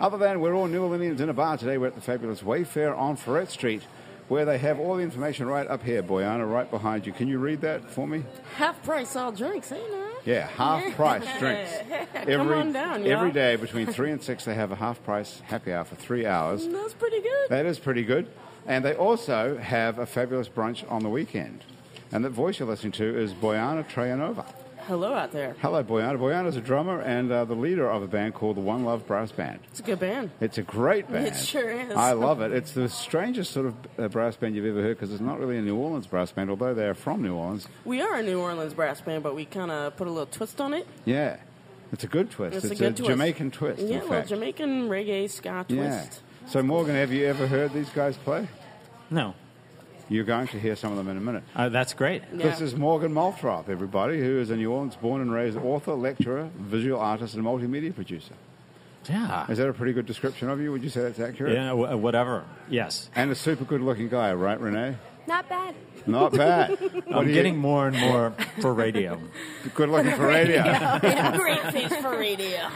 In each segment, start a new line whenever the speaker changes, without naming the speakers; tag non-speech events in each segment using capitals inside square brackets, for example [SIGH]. Other than we're all New Orleanians in a bar today, we're at the fabulous Wayfair on Ferret Street, where they have all the information right up here, Boyana, right behind you. Can you read that for me?
Half price all drinks, ain't it?
Yeah,
[LAUGHS]
half price drinks. Every,
on down, y'all.
every day between 3 and 6, they have a half price happy hour for three hours.
That's pretty good.
That is pretty good. And they also have a fabulous brunch on the weekend. And that voice you're listening to is Boyana Trayanova.
Hello out there.
Hello, Boyana. Boyana's a drummer and uh, the leader of a band called the One Love Brass Band.
It's a good band.
It's a great band.
sure is. [LAUGHS]
I love it. It's the strangest sort of uh, brass band you've ever heard because it's not really a New Orleans brass band, although they are from New Orleans.
We are a New Orleans brass band, but we kind of put a little twist on it.
Yeah, it's a good twist.
It's a good twist.
Jamaican twist.
yeah,
in
well,
fact.
Jamaican reggae ska
Yeah.
twist.
So Morgan, have you ever heard these guys play?
No,
You're going to hear some of them in a minute.
uh, that's great.
Yeah.
This is Morgan Maltrop, everybody, who is a New Orleans born and raised author, lecturer, visual artist, and multimedia producer.
Yeah,
Is that a pretty good description of you? Would you say that's accurate?
yeah, w- whatever. Yes,
And a super good looking guy, right, Renee?
Not bad.
Not bad. What
[LAUGHS] I'm
do you-
getting more and
[LAUGHS]
more for radio.
good looking for
[LAUGHS]
radio.
And a great face for radio.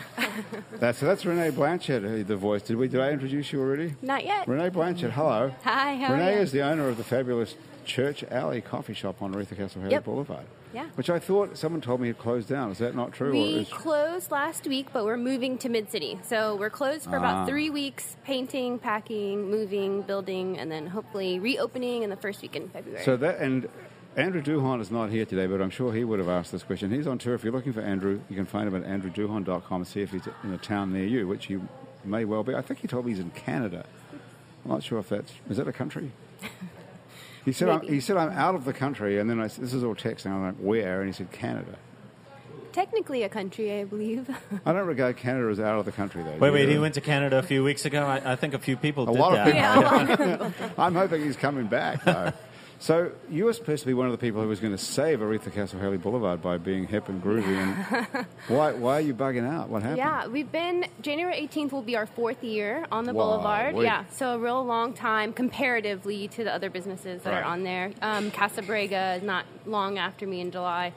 That's, so that's Renee Blanchard, uh, the voice. Did we? Did I introduce you already?
Not yet.
Renee Blanchard, hello.
Hi, how are
Renee
you?
is the owner of the fabulous Church Alley Coffee Shop on Aretha Castle Haley
Yep.
Boulevard.
Yeah.
Which I thought someone told me had closed down. Is that not true?
We
is,
closed last week, but we're moving to Mid City. So we're closed for
Ah.
about three weeks painting, packing, moving, building, and then hopefully reopening in the first week in February.
so that and Andrew Duhon is not here today, but I'm sure he would have asked this question. He's on tour. If you're looking for Andrew, you can find him at andrewduhon.com and see if he's in a town near you, which you may well be. I think he told me he's in Canada. I'm not sure if that's is that a country. He said, I'm,
Maybe.
he said, I'm out of the country, and then I, s- this is all text, and I'm like, where? And he said, Canada.
Technically a country,
[LAUGHS]
I believe.
I don't regard Canada as out of the country, though.
Wait,
do
wait.
you?
He went to Canada a few weeks ago. I, I think a few people
A
did
lot of
that.
people.
Yeah, a
I'm hoping he's coming back, though. [LAUGHS] so you were supposed to be one of the people who was going to save Aretha Castle Haley Boulevard by being hip and groovy.
[LAUGHS]
And why, why are you bugging out? What happened?
[LAUGHS] yeah, we've been, January 18th will be our fourth year on the
Wow,
boulevard.
wait.
Yeah, so a real long time comparatively to the other businesses that
Right.
are on there. Um, Casa Brega is not long after me in July.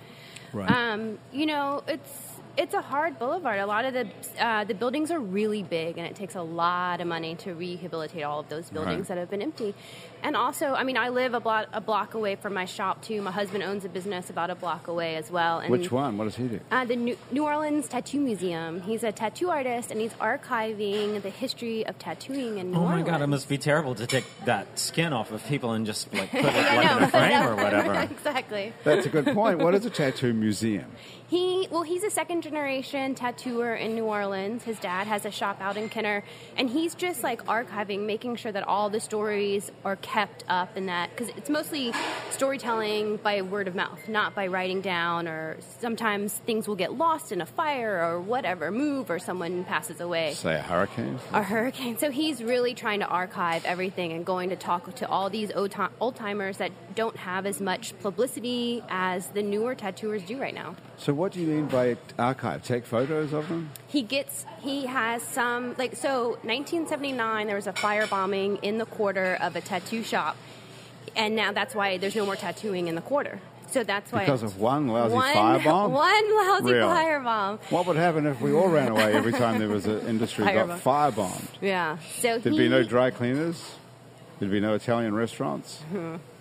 Right.
Um, you know, it's it's a hard boulevard. A lot of the uh, the buildings are really big, and it takes a lot of money to rehabilitate all of those buildings
Right.
that have been empty. And also, I mean, I live a block a block away from my shop too. My husband owns a business about a block away as well. And
Which one? What does he
[LAUGHS]
do?
Uh, the New, New Orleans Tattoo Museum. He's a tattoo artist, and he's archiving the history of tattooing in New
Oh my
Orleans.
god! It must be terrible to take that skin off of people and just like
[LAUGHS]
put it
I
like in
know.
a frame or
[LAUGHS]
whatever.
exactly.
That's a good point. What is a tattoo museum?
He well, he's a second generation tattooer in New Orleans. His dad has a shop out in Kenner, and he's just like archiving, making sure that all the stories are kept up and that because it's mostly storytelling by word of mouth, not by writing down. Or sometimes things will get lost in a fire or whatever, move or someone passes away
Say a hurricane?
a hurricane. So he's really trying to archive everything and going to talk to all these old timers that don't have as much publicity as the newer tattooers do right now.
So what do you mean by archive? Take photos of them?
He gets, he has some, like, so 1979, there was a firebombing in the quarter of a tattoo shop. And now that's why there's no more tattooing in the quarter. So that's why.
Because of one lousy
one,
firebomb?
[LAUGHS] One lousy
Really?
firebomb.
What would happen if we all ran away every time there was
[LAUGHS]
an industry that got firebombed?
Yeah. So
There'd
he,
be no dry cleaners. There'd be no Italian restaurants.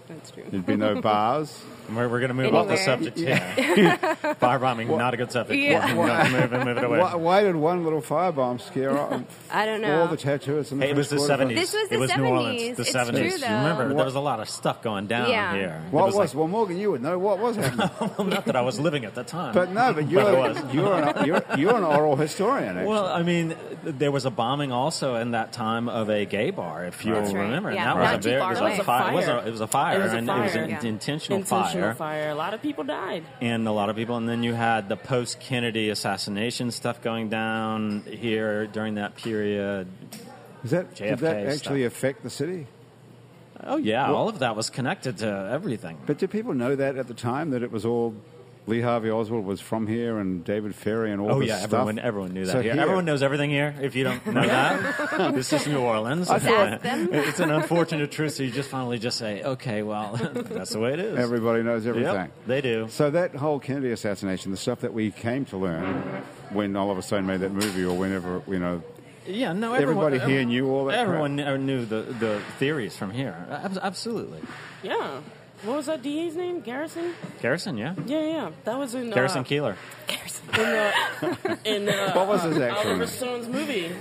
That's true.
There'd be
[LAUGHS]
no bars.
We're, we're going to move off the
Anywhere.
subject here.
[LAUGHS]
Firebombing, not a good subject.
Yeah.
We're gonna move, it- move it away.
Why, why did one little firebomb scare
[LAUGHS]
off
I don't know.
all the tattooers? In the
Hey, it was the
French Quarter?
seventies.
This was the
it was New
70s.
Orleans. The
It's
seventies.
true, though.
Remember,
What-
there was a lot of stuff going down
Yeah.
here. It
What was,
was like-
well, Morgan? You would know what was
[LAUGHS]
happening.
well, not that I was living at the time.
but no, but you're
it was.
you're, an, you're you're an oral historian. Actually.
Well, I mean, there was a bombing also in that time of a gay bar, if you
That's right.
remember.
Yeah,
and that
not
was
too
a very,
far
it was
away.
a fire. It was a, it was a fire,
It was a
and it was
fire,
an
yeah.
intentional,
Intentional
fire,
fire. A lot of people died.
and a lot of people. And then you had the post-Kennedy assassination stuff going down here during that period.
Is that, did that
JFK stuff.
actually affect the city?
Oh yeah, all of that was connected to everything.
But did people know that at the time that it was all Lee Harvey Oswald was from here and David Ferry and all
Oh
this
yeah,
stuff?
everyone everyone knew that.
So
here.
here-
Everyone knows everything here. If you don't
[LAUGHS]
know that, [LAUGHS] this is New Orleans.
Ask them.
it's an unfortunate truth. So you just finally just say, okay, well, [LAUGHS] that's the way it is.
Everybody knows everything.
Yep, they do.
So that whole Kennedy assassination, the stuff that we came to learn when Oliver Stone made that movie or whenever, you know,
Yeah, no.
Everybody
everyone,
here knew all that crap.
Everyone kn- knew the, the theories from here. Ab- absolutely,
Yeah. What was that DA's name? Garrison?
Garrison. Yeah,
Yeah, yeah. That was in uh,
Garrison Keeler.
in the, [LAUGHS] in uh,
What was his actual
Oliver
name?
Stone's movie, the, J-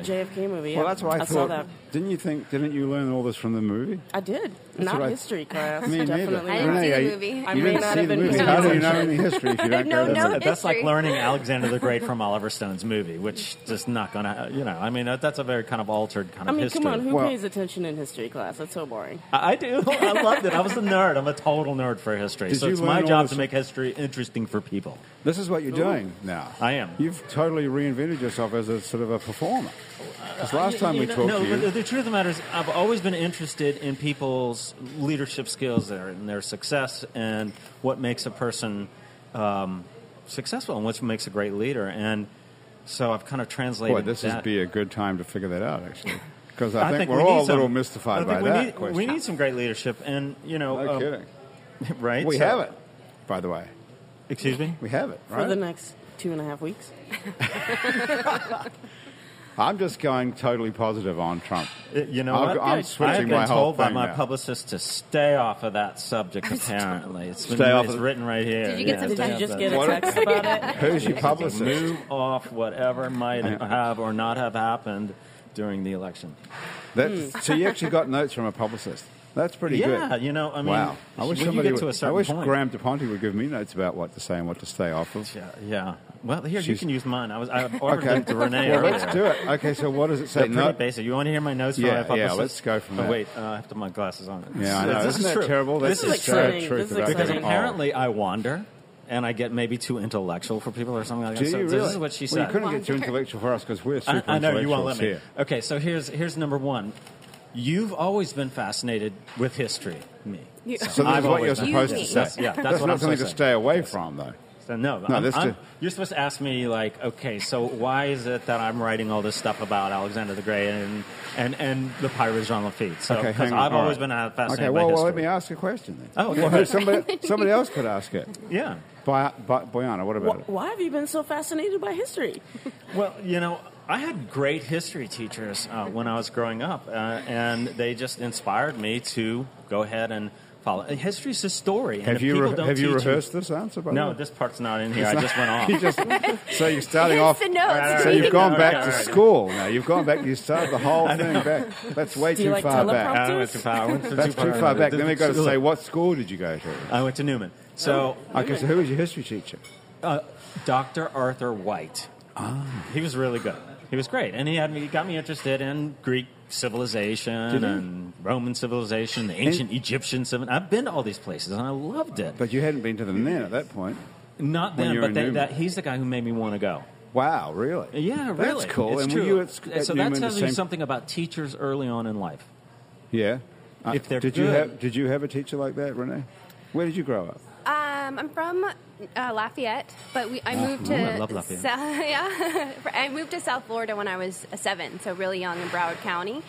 the JFK movie.
Well,
yeah.
that's why I,
I
thought.
saw that.
Didn't you think? Didn't you learn all this from the movie?
I did.
what I-
Not history
[LAUGHS]
class. [LAUGHS]
Me neither.
definitely.
I
not.
didn't
Renee,
see the
you-
movie.
You
I
may
didn't
not
see
have
the
been
movie.
paying
How do you know
attention.
any history
[LAUGHS]
if you don't
No,
Oh,
go to
no.
the-
That's like
[LAUGHS]
history.
learning Alexander the Great from Oliver Stone's movie, which just not gonna. You know, I mean, that, that's a very kind of altered kind
I
of
mean,
history.
come on, who
Well-
pays attention in history class? That's so boring.
I I do. I loved it. I was a nerd. I'm a total nerd for history.
Did
so
you
it's
learn
my
all
job
this-
to make history interesting for people.
This is what you're doing now.
I am.
You've totally reinvented yourself as a sort of a performer.
Oh,
Because last time we
uh, know-
talked
no,
to you,
but the, the truth of the matter is, I've always been interested in people's leadership skills there and their success and what makes a person um, successful and what makes a great leader. And so I've kind of translated.
boy, this
that.
would be a good time to figure that out,
[LAUGHS]
actually. Because I,
I
think,
think
we're
we
all
need
a little
some-
mystified
I think
by
we
that
need,
question.
We need some great leadership, and you know,
no
um,
kidding.
[LAUGHS] right?
We
So-
have it, by the way.
Excuse me.
We have it,
For the
right?
next two and a half weeks.
I'm just going totally positive on Trump.
Uh, You know,
I'll
what?
go- I'm switching
I've been
my whole
told by
thing
my
now.
publicist to stay off of that subject. Apparently, it's, been,
Stay off
it's
of-
written right here.
Did you get
Yeah,
some
Did
stay
you
off
text?
just
that.
get a
What-
text
[LAUGHS]
about it?
Who's your publicist?
move off whatever might have or not have happened during the election.
That, so you actually got notes from a publicist. That's pretty good.
Yeah, you know, I mean,
wow. I wish
when
somebody
you get to
would-
a certain
I wish
point.
Graham DePonte would give me notes about what to say and what to stay off of.
yeah, yeah. Well, here you
She's-
can use mine. I
[LAUGHS]
was I ordered
Okay.
them to Renee
Well,
earlier.
let's do it. Okay, so what does it
They're
say?
pretty
No-
basic. You want to hear my notes?
Yeah,
for my
yeah,
publicist?
let's go from
oh,
there.
Wait, uh, I have to put my glasses on.
yeah, I know.
This,
Isn't
is
that
true.
terrible? oh.
This,
That's
is
the
true.
sad
exciting.
truth
This is
about them
Because
exciting.
all.
apparently I wander, and I get maybe too intellectual for people or something like
Do
that. So
you
this
really?
is what she
Well,
said.
you couldn't get too intellectual for us because we're super
I, I know you
intellectuals
won't let me.
here.
Okay, so here's here's number one. You've always been fascinated with history, me.
[LAUGHS] So this is what you're
always been
supposed to
You-
say.
That's- yeah, that's
That's
what
not
I'm
something to
supposed to
stay away from, though.
So no,
No,
I'm-
this
I'm-
di-
you're supposed to ask me like, okay, so why is it that I'm writing all this stuff about Alexander the Great and and, and the pirate Jean Lafitte? So
Okay,
because
hang on.
I've
All
always
right.
been uh, fascinated
Okay,
by
well, well,
history.
let me ask a question then.
Oh, okay.
Well, somebody, somebody else could ask it.
yeah.
Bi- Bi- Boyana, what about
Wh-
it?
Why have you been so fascinated by history?
Well, you know, I had great history teachers uh, when I was growing up, uh, and they just inspired me to go ahead and follow. and History's a story. And
Have
if
you
people
re-
don't
have you
teach
rehearsed this answer? By the
No,
way?
this part's not in here. I just went
[LAUGHS]
off.
You just- so you're starting
[LAUGHS] Here's
off.
the notes.
Right,
So
right,
you've
right.
gone
Okay,
back
all
to
right.
school now. You've gone back. You started the whole thing back. That's way
you
too
like
far back.
teleprompter?
I went too far. I went too
That's too
far.
far back. Then we've got to say, what school did you go to?
I went to Newman. So,
Okay, so who was your history teacher?
uh, Dr. Arthur White.
Ah.
He was really good. He was great, and he had me, he got me interested in Greek civilization
he?
and Roman civilization, the ancient Egyptian civilization. I've been to all these places, and I loved it.
But you hadn't been to them then at that point.
Not
When you
then,
were
but
in
they,
Newman.
that, he's the guy who made me want to go.
Wow, really?
Yeah, really.
That's cool.
It's
and
true.
were you at, sc- at
so
Newman
that
the
tells you
same-
something about teachers early on in life.
Yeah. Uh,
If they're
did you
good.
have did you have a teacher like that, Renee? Where did you grow up?
Um, I'm from uh, Lafayette, but we, I moved to
Ah, I love Lafayette.
Sa- [LAUGHS] yeah, I moved to South Florida when I was seven, so really young in Broward County.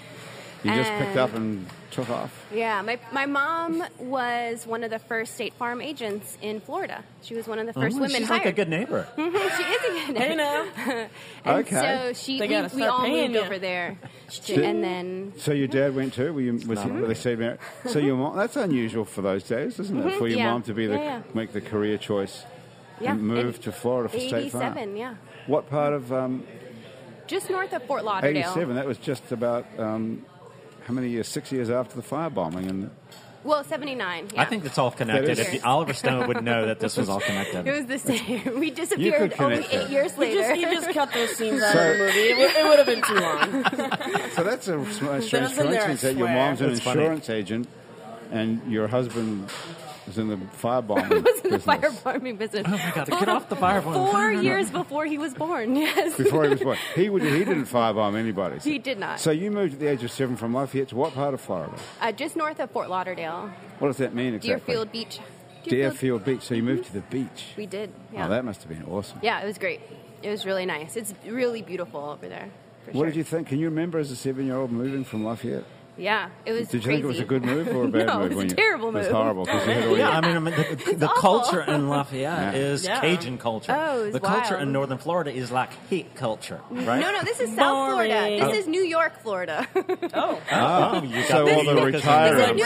You just picked
And-
up and took off.
Yeah, my, my mom was one of the first State Farm agents in Florida. She was one of the first
Oh,
women
she's
hired.
like a good
[LAUGHS]
neighbor.
Mhm, she is a good
Hey
neighbor.
now,
And
Okay.
so she,
They
we,
gotta
we
start
all
paying
moved
ya.
over there,
Did-
and then
So your dad went too. Were you, was he, were they saved marriage? So your mom, that's unusual for those days, isn't it? For your
Mm-hmm. yeah.
mom to be the
Yeah, yeah.
make the career choice
yeah,
and move
in
to Florida for state farm.
Eighty-seven, yeah,
What part of um,
just north of Fort Lauderdale.
eighty-seven? That was just about um, how many years? Six years after the firebombing, and
Well, seventy-nine. Yeah.
I think it's all connected.
That is-
If the, Oliver Stone would know that this was all connected.
It was the same. [LAUGHS] We disappeared
could
only
connect
eight
it.
years
you
later.
just, you just cut those scenes out
So-
of the movie. It, w- it would have been too long.
[LAUGHS] Oh.
so that's a s- strange
in there, I
coincidence that your
swear.
mom's an
That's funny.
insurance agent, and your husband was in the firebomb.
[LAUGHS] was in [LAUGHS] the
business.
firebombing business. Oh my
God, get off the firebombing. [LAUGHS]
Four years before he was born, [LAUGHS] yes.
Before he was born, he would he didn't firebomb anybody. So-
He did not.
So you moved at the age of seven from Lafayette to what part of Florida?
Uh, just north of Fort Lauderdale,
What does that mean exactly?
Deerfield Beach.
Deerfield Beach. So you moved to the beach.
We did. Yeah.
Oh, that must have been awesome.
yeah, it was great. It was really nice. It's really beautiful over there. For
What
sure.
did you think? Can you remember as a seven-year-old moving from Lafayette?
Yeah, it was.
Did you think it was a
crazy.
good
[LAUGHS]
move or a bad
no,
move?
It was
when
a
you-
terrible move.
It was horrible because
[LAUGHS]
you had all
Oh, Yeah,
your-
I mean, I mean the, the
awful.
culture in
Yeah.
Lafayette is
Yeah.
Cajun culture.
Oh, it's
the culture
wild.
in northern Florida is like hit culture, right?
No, no, this is South Florida.
Boring.
This is New York, Florida. [LAUGHS]
Oh.
Oh, you got
So
the
all the
Yorkers
retirees.
and
so
I'm
New
sorry.
York, New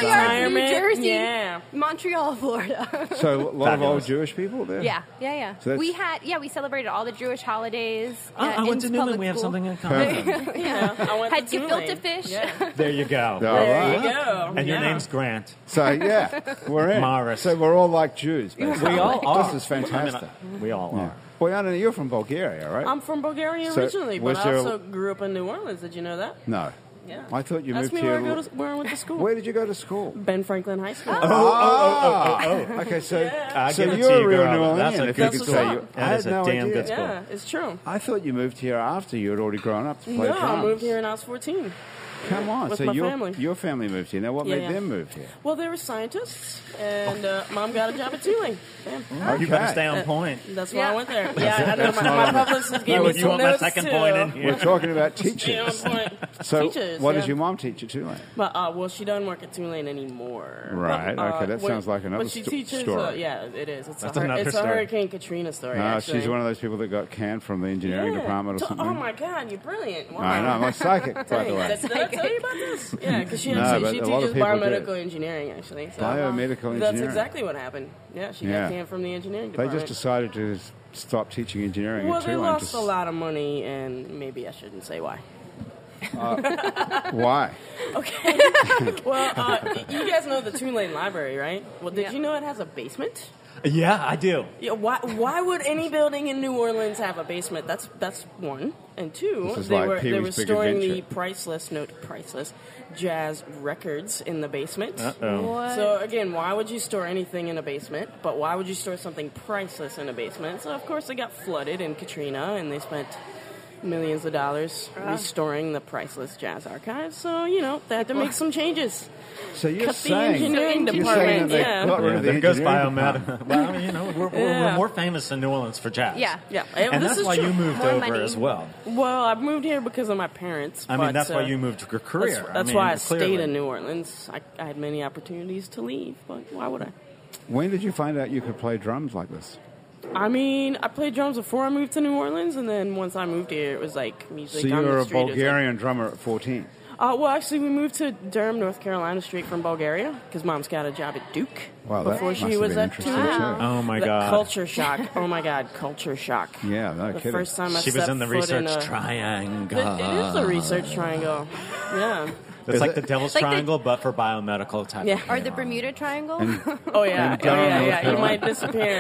Retirement,
Jersey,
yeah.
Montreal, Florida.
So a lot of old
Fabulous.
Jewish people there.
yeah, [LAUGHS] yeah, yeah.
So that's-
we had yeah, we celebrated all the Jewish holidays.
Oh,
uh,
I went
in
to Newman.
public
We have
school.
something in
[LAUGHS]
common.
yeah. I went
Had
to
gefilte
Tulane.
fish. [LAUGHS]
Yeah.
[LAUGHS] there you go.
All right.
There you go.
And your
Yeah.
name's Grant.
So yeah, we're in.
Morris.
So we're all like Jews. basically.
We all are.
This is fantastic.
I mean, we all
Yeah.
are.
Well, Yana, you're from Bulgaria, right?
I'm from Bulgaria
So,
originally,
was
but I
there a-
also grew up in New Orleans. Did you know that?
no.
Yeah.
I thought you
That's
moved
me where
here.
I, go to, where I went to school.
Where did you go to school?
Ben Franklin High School.
Oh,
Oh, oh, oh, oh. Okay, so,
Yeah.
I
so
give it
you're
to
a
you,
real
girl.
New Orleanian.
That's a
if you
good
could
school.
say you,
That
I had
is a
no
damn
idea.
good school.
yeah, it's true.
I thought you moved here after you had already grown up to play
No, I
drums.
moved here when I was 14.
Come on,
with
so
my
your
family.
your family moved here. Now, what
Yeah,
made
yeah.
them move
[LAUGHS]
here?
Well, they were scientists, and uh, mom got a job at Tulane. Damn.
You better stay on point.
That's why
Yeah.
I went there. Yeah, I know
That's
my, my
not-
publicist gave
No,
me
if
some
you
want my
notes
second
too.
point in here.
We're talking about
Stay on
teachers.
[LAUGHS] point.
So,
Teachers,
what
yeah.
does your mom teach at Tulane?
But uh, well, she doesn't work at Tulane anymore.
Right,
But, uh,
okay, that
when-
sounds like another
But she
sto-
teaches. Uh,
story.
yeah, it is. It's,
That's
a, hur-
another
it's a
story.
Hurricane Katrina story.
No,
actually.
Uh, she's one of those people that got canned from the engineering
Yeah.
department or
To-
something.
Oh my God, you're brilliant! Wow.
I know, I'm a psychic, by the
Dang,
way.
Did I tell you about
[LAUGHS]
this? Yeah, because she,
No,
actually-
but
she
a lot of
teaches
people do.
biomedical engineering, actually. So
Biomedical
That's
engineering.
exactly what happened. Yeah, she
Yeah.
got canned from the engineering
They
department.
just decided to s- stop teaching engineering
well,
at
they
Tulane.
lost
just-
a lot of money, and maybe I shouldn't say why.
Why?
Well, [LAUGHS] uh, y- you guys know the Tulane Library, right? Well, did
Yeah.
you know it has a basement?
Yeah, I do.
Yeah, why, why would any building in New Orleans have a basement? That's that's one. And two,
This is
they
like
were they
Pee-wee's
were
Big
storing the
Adventure.
priceless, note priceless, jazz records in the basement.
Oh.
What?
So again, why would you store anything in a basement? But why would you store something priceless in a basement? So of course they got flooded in Katrina, and they spent millions of dollars
Uh-huh.
restoring the priceless jazz archives. So you know they had to make some changes.
So you're
Cut the
saying
engineering
you're saying that
department.
they
Yeah.
got rid
Yeah,
of the
there goes
engineering
biomed. [LAUGHS] well, I mean, you know, we're, we're, we're
Yeah.
more famous in New Orleans for jazz.
Yeah.
Yeah,
And
this
that's
is
why
true.
you moved
More
over
money.
as well.
Well, I moved here because of my parents.
I mean,
but,
that's why
uh,
you moved your career.
That's, that's
I mean,
why I
clearly.
stayed in New Orleans. I, I had many opportunities to leave, but why would I?
When did you find out you could play drums like this?
I mean, I played drums before I moved to New Orleans, and then once I moved here, it was like music.
so you
on the
were a
street. It was like-
Bulgarian drummer at 14.
Uh, well, actually, we moved to Durham, North Carolina, straight from Bulgaria because mom's got a job at Duke
Wow, that
before
must
she
have
was
been
at
interesting
Tulane.
too.
Oh my
The
god!
Culture
[LAUGHS]
shock. Oh my god, culture shock.
Yeah, no
the
kidding.
first time I
she was
stepped
in the
foot
research Ah.
in a,
triangle.
It it is the research triangle. Yeah.
It's like the Devil's
Like the-
Triangle, but for biomedical type.
Yeah.
Of
Or the
people.
Bermuda Triangle.
Oh yeah,
And
yeah,
down
yeah,
North
yeah. You
Carolina.
might disappear.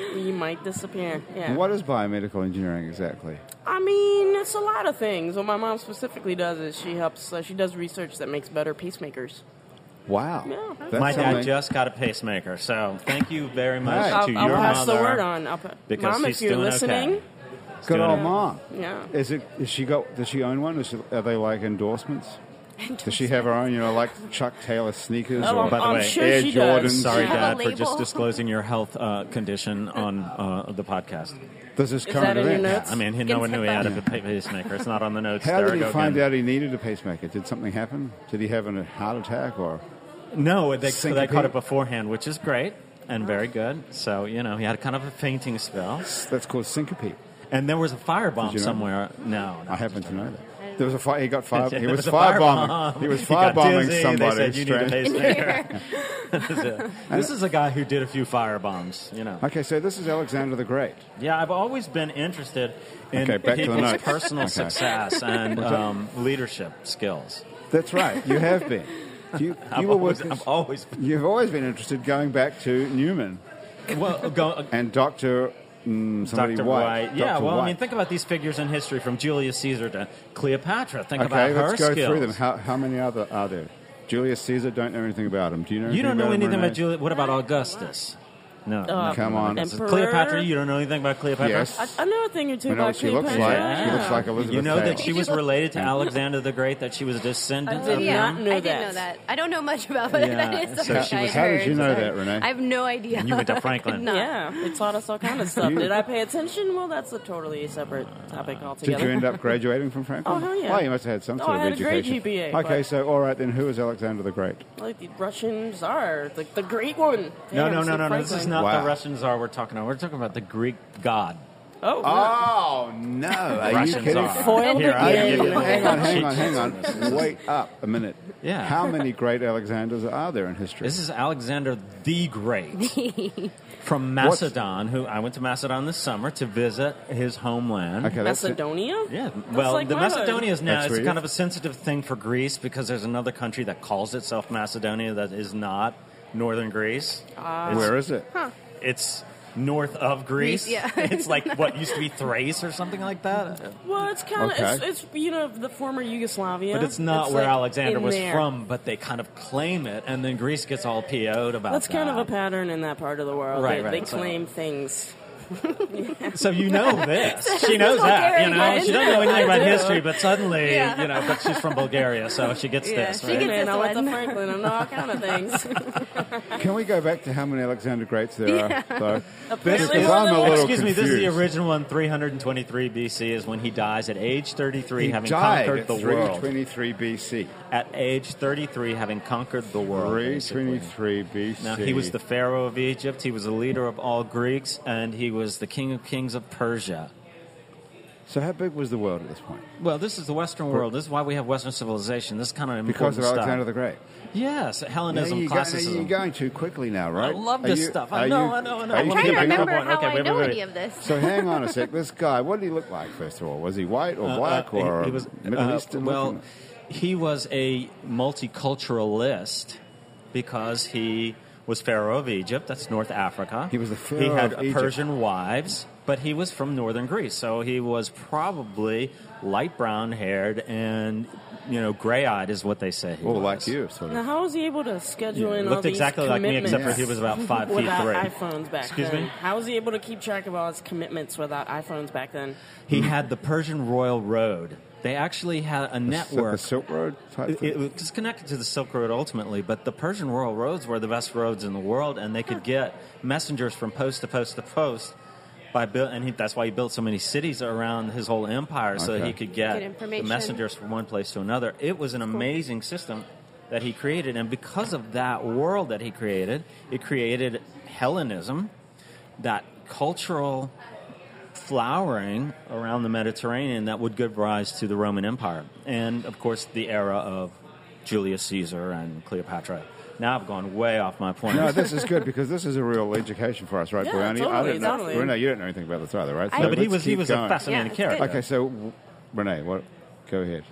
[LAUGHS]
you might disappear. Yeah.
What is biomedical engineering exactly?
I mean, it's a lot of things. What my mom specifically does is she helps. Uh, she does research that makes better pacemakers.
Wow.
Yeah.
That's
My
something.
dad just got a pacemaker, so thank you very much
Hey.
to
I'll, I'll
your
pass
mother.
the word on. I'll pa-
because
mom,
she's
if you're
doing okay.
listening,
Good old
Yeah.
mom.
Yeah.
Is it? Is she got? Does she own one? Is she, are they like endorsements? Does she have her own? You know, like Chuck Taylor sneakers
Oh,
or
I'm-
By the
I'm
way,
sure
Air
she
Jordans.
does.
Sorry,
Yeah.
Dad,
A
for just
label.
disclosing your health uh, condition on uh, the podcast.
does this
Is
current
that in your
event?
notes?
I mean, he, no one knew he had a pa- pacemaker. It's not on the notes.
How
there
did
I
he
go
find
again.
out he needed a pacemaker? Did something happen? Did he have a heart attack or?
No, they, so they
Syncope.
caught it beforehand, which is great and very good. So you know, he had kind of a fainting spell,
That's called syncope.
and there was a
Did
firebomb
you know?
somewhere. No, no.
I happen to know that. There was a fire. He got
[LAUGHS]
fire.
There
He was
a fire
firebombing.
bomb. [LAUGHS]
He was
got dizzy.
firebombing somebody.
They said, you need a
strange. [LAUGHS]
pacemaker. [LAUGHS] this is a guy who did a few firebombs. You know.
okay, so this is Alexander the Great.
Yeah, I've always been interested in
Okay, back to the
people's
notes.
personal
Okay. [LAUGHS]
success and um, leadership skills.
That's right. You have
[LAUGHS]
been. You, you
I've
were
always,
working.
[LAUGHS] I've always been-
You've always been interested going back to Newman
well, go,
and Dr. Mm, somebody
Dr.
White.
White. Yeah,
Dr.
well, I mean,
White.
think about these figures in history from Julius Caesar to Cleopatra. Think
Okay,
about her
let's go
skills.
through them. How, how many other are there? Julius Caesar, don't know anything about him. Do you know?
You don't know
him,
anything about
Renee?
Julius. What about Augustus? No.
Uh,
Come on.
no. Cleopatra, you don't know anything about Cleopatra?
Yes.
I, I know a thing or two
We know
about
what she looks
Cleopatra.
like. She
Yeah.
looks like Elizabeth.
You know
Taylor.
that
[LAUGHS]
she was related to Alexander the Great, that she was a descendant
did
of
Uh, yeah.
him?
not know
I did
that.
know that. I don't know much about it. [LAUGHS]
Yeah,
that is
so
something
she
I
was-
How did
heard.
you know
Sorry.
that, Renee?
[LAUGHS]
I have no idea.
And you went to
[LAUGHS] I could
Franklin.
not.
Yeah, it taught us all kind
[LAUGHS]
of stuff.
You-
Did I pay attention? Well, that's a totally separate topic altogether.
Did you end up graduating from Franklin?
Oh, hell yeah.
Well, you must have had some
Oh,
sort
I
of
had a great
education.
GPA,
Okay,
but-
so all right then, who was Alexander the Great?
Like the Russian czar, like the great one. Damn,
No, no, no,
said
no, no. This is
Franklin.
not
Wow.
the Russian czar we're talking about. We're talking about the Greek god.
Oh,
Ah,
Oh no! Are you
Russian
kidding?
czar.
Foiled
Here, I
again.
give you-
Hang on, hang on, hang
[LAUGHS]
on. Wait up a minute.
Yeah. [LAUGHS]
How many great Alexanders are there in history?
This is Alexander the
[LAUGHS]
Great from Macedon, who I went to Macedon this summer to visit his homeland.
okay, that's it.
Macedonia.
Yeah,
That's
well,
like
the
my hood.
Macedonia is now
That's
it's
weird.
kind of a sensitive thing for Greece because there's another country that calls itself Macedonia that is not northern Greece.
Ah.
It's-
Where is it?
It's north of Greece.
yeah.
[LAUGHS] it's
[LAUGHS]
like what used to be Thrace or something like that.
Well, it's kind of
Okay.
it's, it's you know the former Yugoslavia,
But it's not where
like
Alexander
in
was
there.
from, but they kind of claim it, and then Greece gets all PO'd about
That's kind of a
that.
pattern in that part of the world.
Right,
they,
right,
they
so-
claim things.
So you know
[LAUGHS]
this. She knows that.
Bulgaria.
You know, she doesn't know anything about
I do.
history, but suddenly,
Yeah.
you know, but she's from Bulgaria, so she gets
Yeah,
this.
she
right?
gets
Man,
this
I went to
one.
Franklin. I know all kind of
[LAUGHS]
things. [LAUGHS]
Can we go back to how many Alexander Greats there
[LAUGHS]
are? Though?
Apparently
Because
more
I'm
than
a
one.
little
Excuse me, this is the
confused.
original one. 323 BC is when he dies at age 33,
He
having
died
conquered
at
the world.
323 BC.
At age 33, having conquered the world. basically.
323 BC.
Now, he was the pharaoh of Egypt, he was the leader of all Greeks, and he was the king of kings of Persia.
So how big was the world at this point?
Well, this is the Western world. This is why we have Western civilization. This is kind of important
Because of
stuff.
Alexander the Great.
Yes,
Yeah,
Hellenism,
you
classicism.
are going too quickly now, right?
I love
Are
this
you-
stuff. I
are
know,
you-
I know, I know.
are
I'm
you
I'm trying to
keeping up?
remember
Number one.
how
Okay,
I
wait,
know
wait, wait.
any of this.
So hang on a sec. This guy, what did he look like first of all? Was he white or
Uh,
black
uh,
or um,
he, he was
Middle
uh,
Eastern?
Well,
looking?
he was a multiculturalist because he was pharaoh of Egypt. That's North Africa.
He was the
He
pharaoh
had
of Egypt.
Persian wives, but he was from northern Greece, so he was probably light brown haired and you know gray eyed is what they say. He
well,
was.
like you, sort
Now,
Uh-huh.
of.
how was he able to schedule in all
Looked
these
exactly like me, except for
commitments
he was about
[LAUGHS]
five feet
without
three.
iPhones back
Excuse
then?
me?
How was he able to keep track of all his commitments without iPhones back then?
He had the Persian royal road. They actually had a
Is that Mm-hmm. The
network.
Silk Road type
It, it
thing?
was just connected to the Silk Road ultimately, but the Persian royal roads were the best roads in the world, and they could get messengers from post to post to post by build, and he, that's why he built so many cities around his whole empire, so that
Okay.
he could get,
Get
the
information.
messengers from one place to another. It was an amazing system that he created, and because of that world that he created, it created Hellenism, that cultural flowering around the Mediterranean that would give rise to the Roman Empire. And of course, the era of Julius Caesar and Cleopatra. Now I've gone way off my point.
No, this is good because this is a real education for us, right,
Yeah,
Brownie? I
totally,
don't know.
totally.
Renee, you don't know anything about this either, right?
I-
So
No,
but he
let's
was he
keep
was
going.
a fascinating
Yeah, it's
character.
good.
Okay, so w- Renee, what? Go ahead.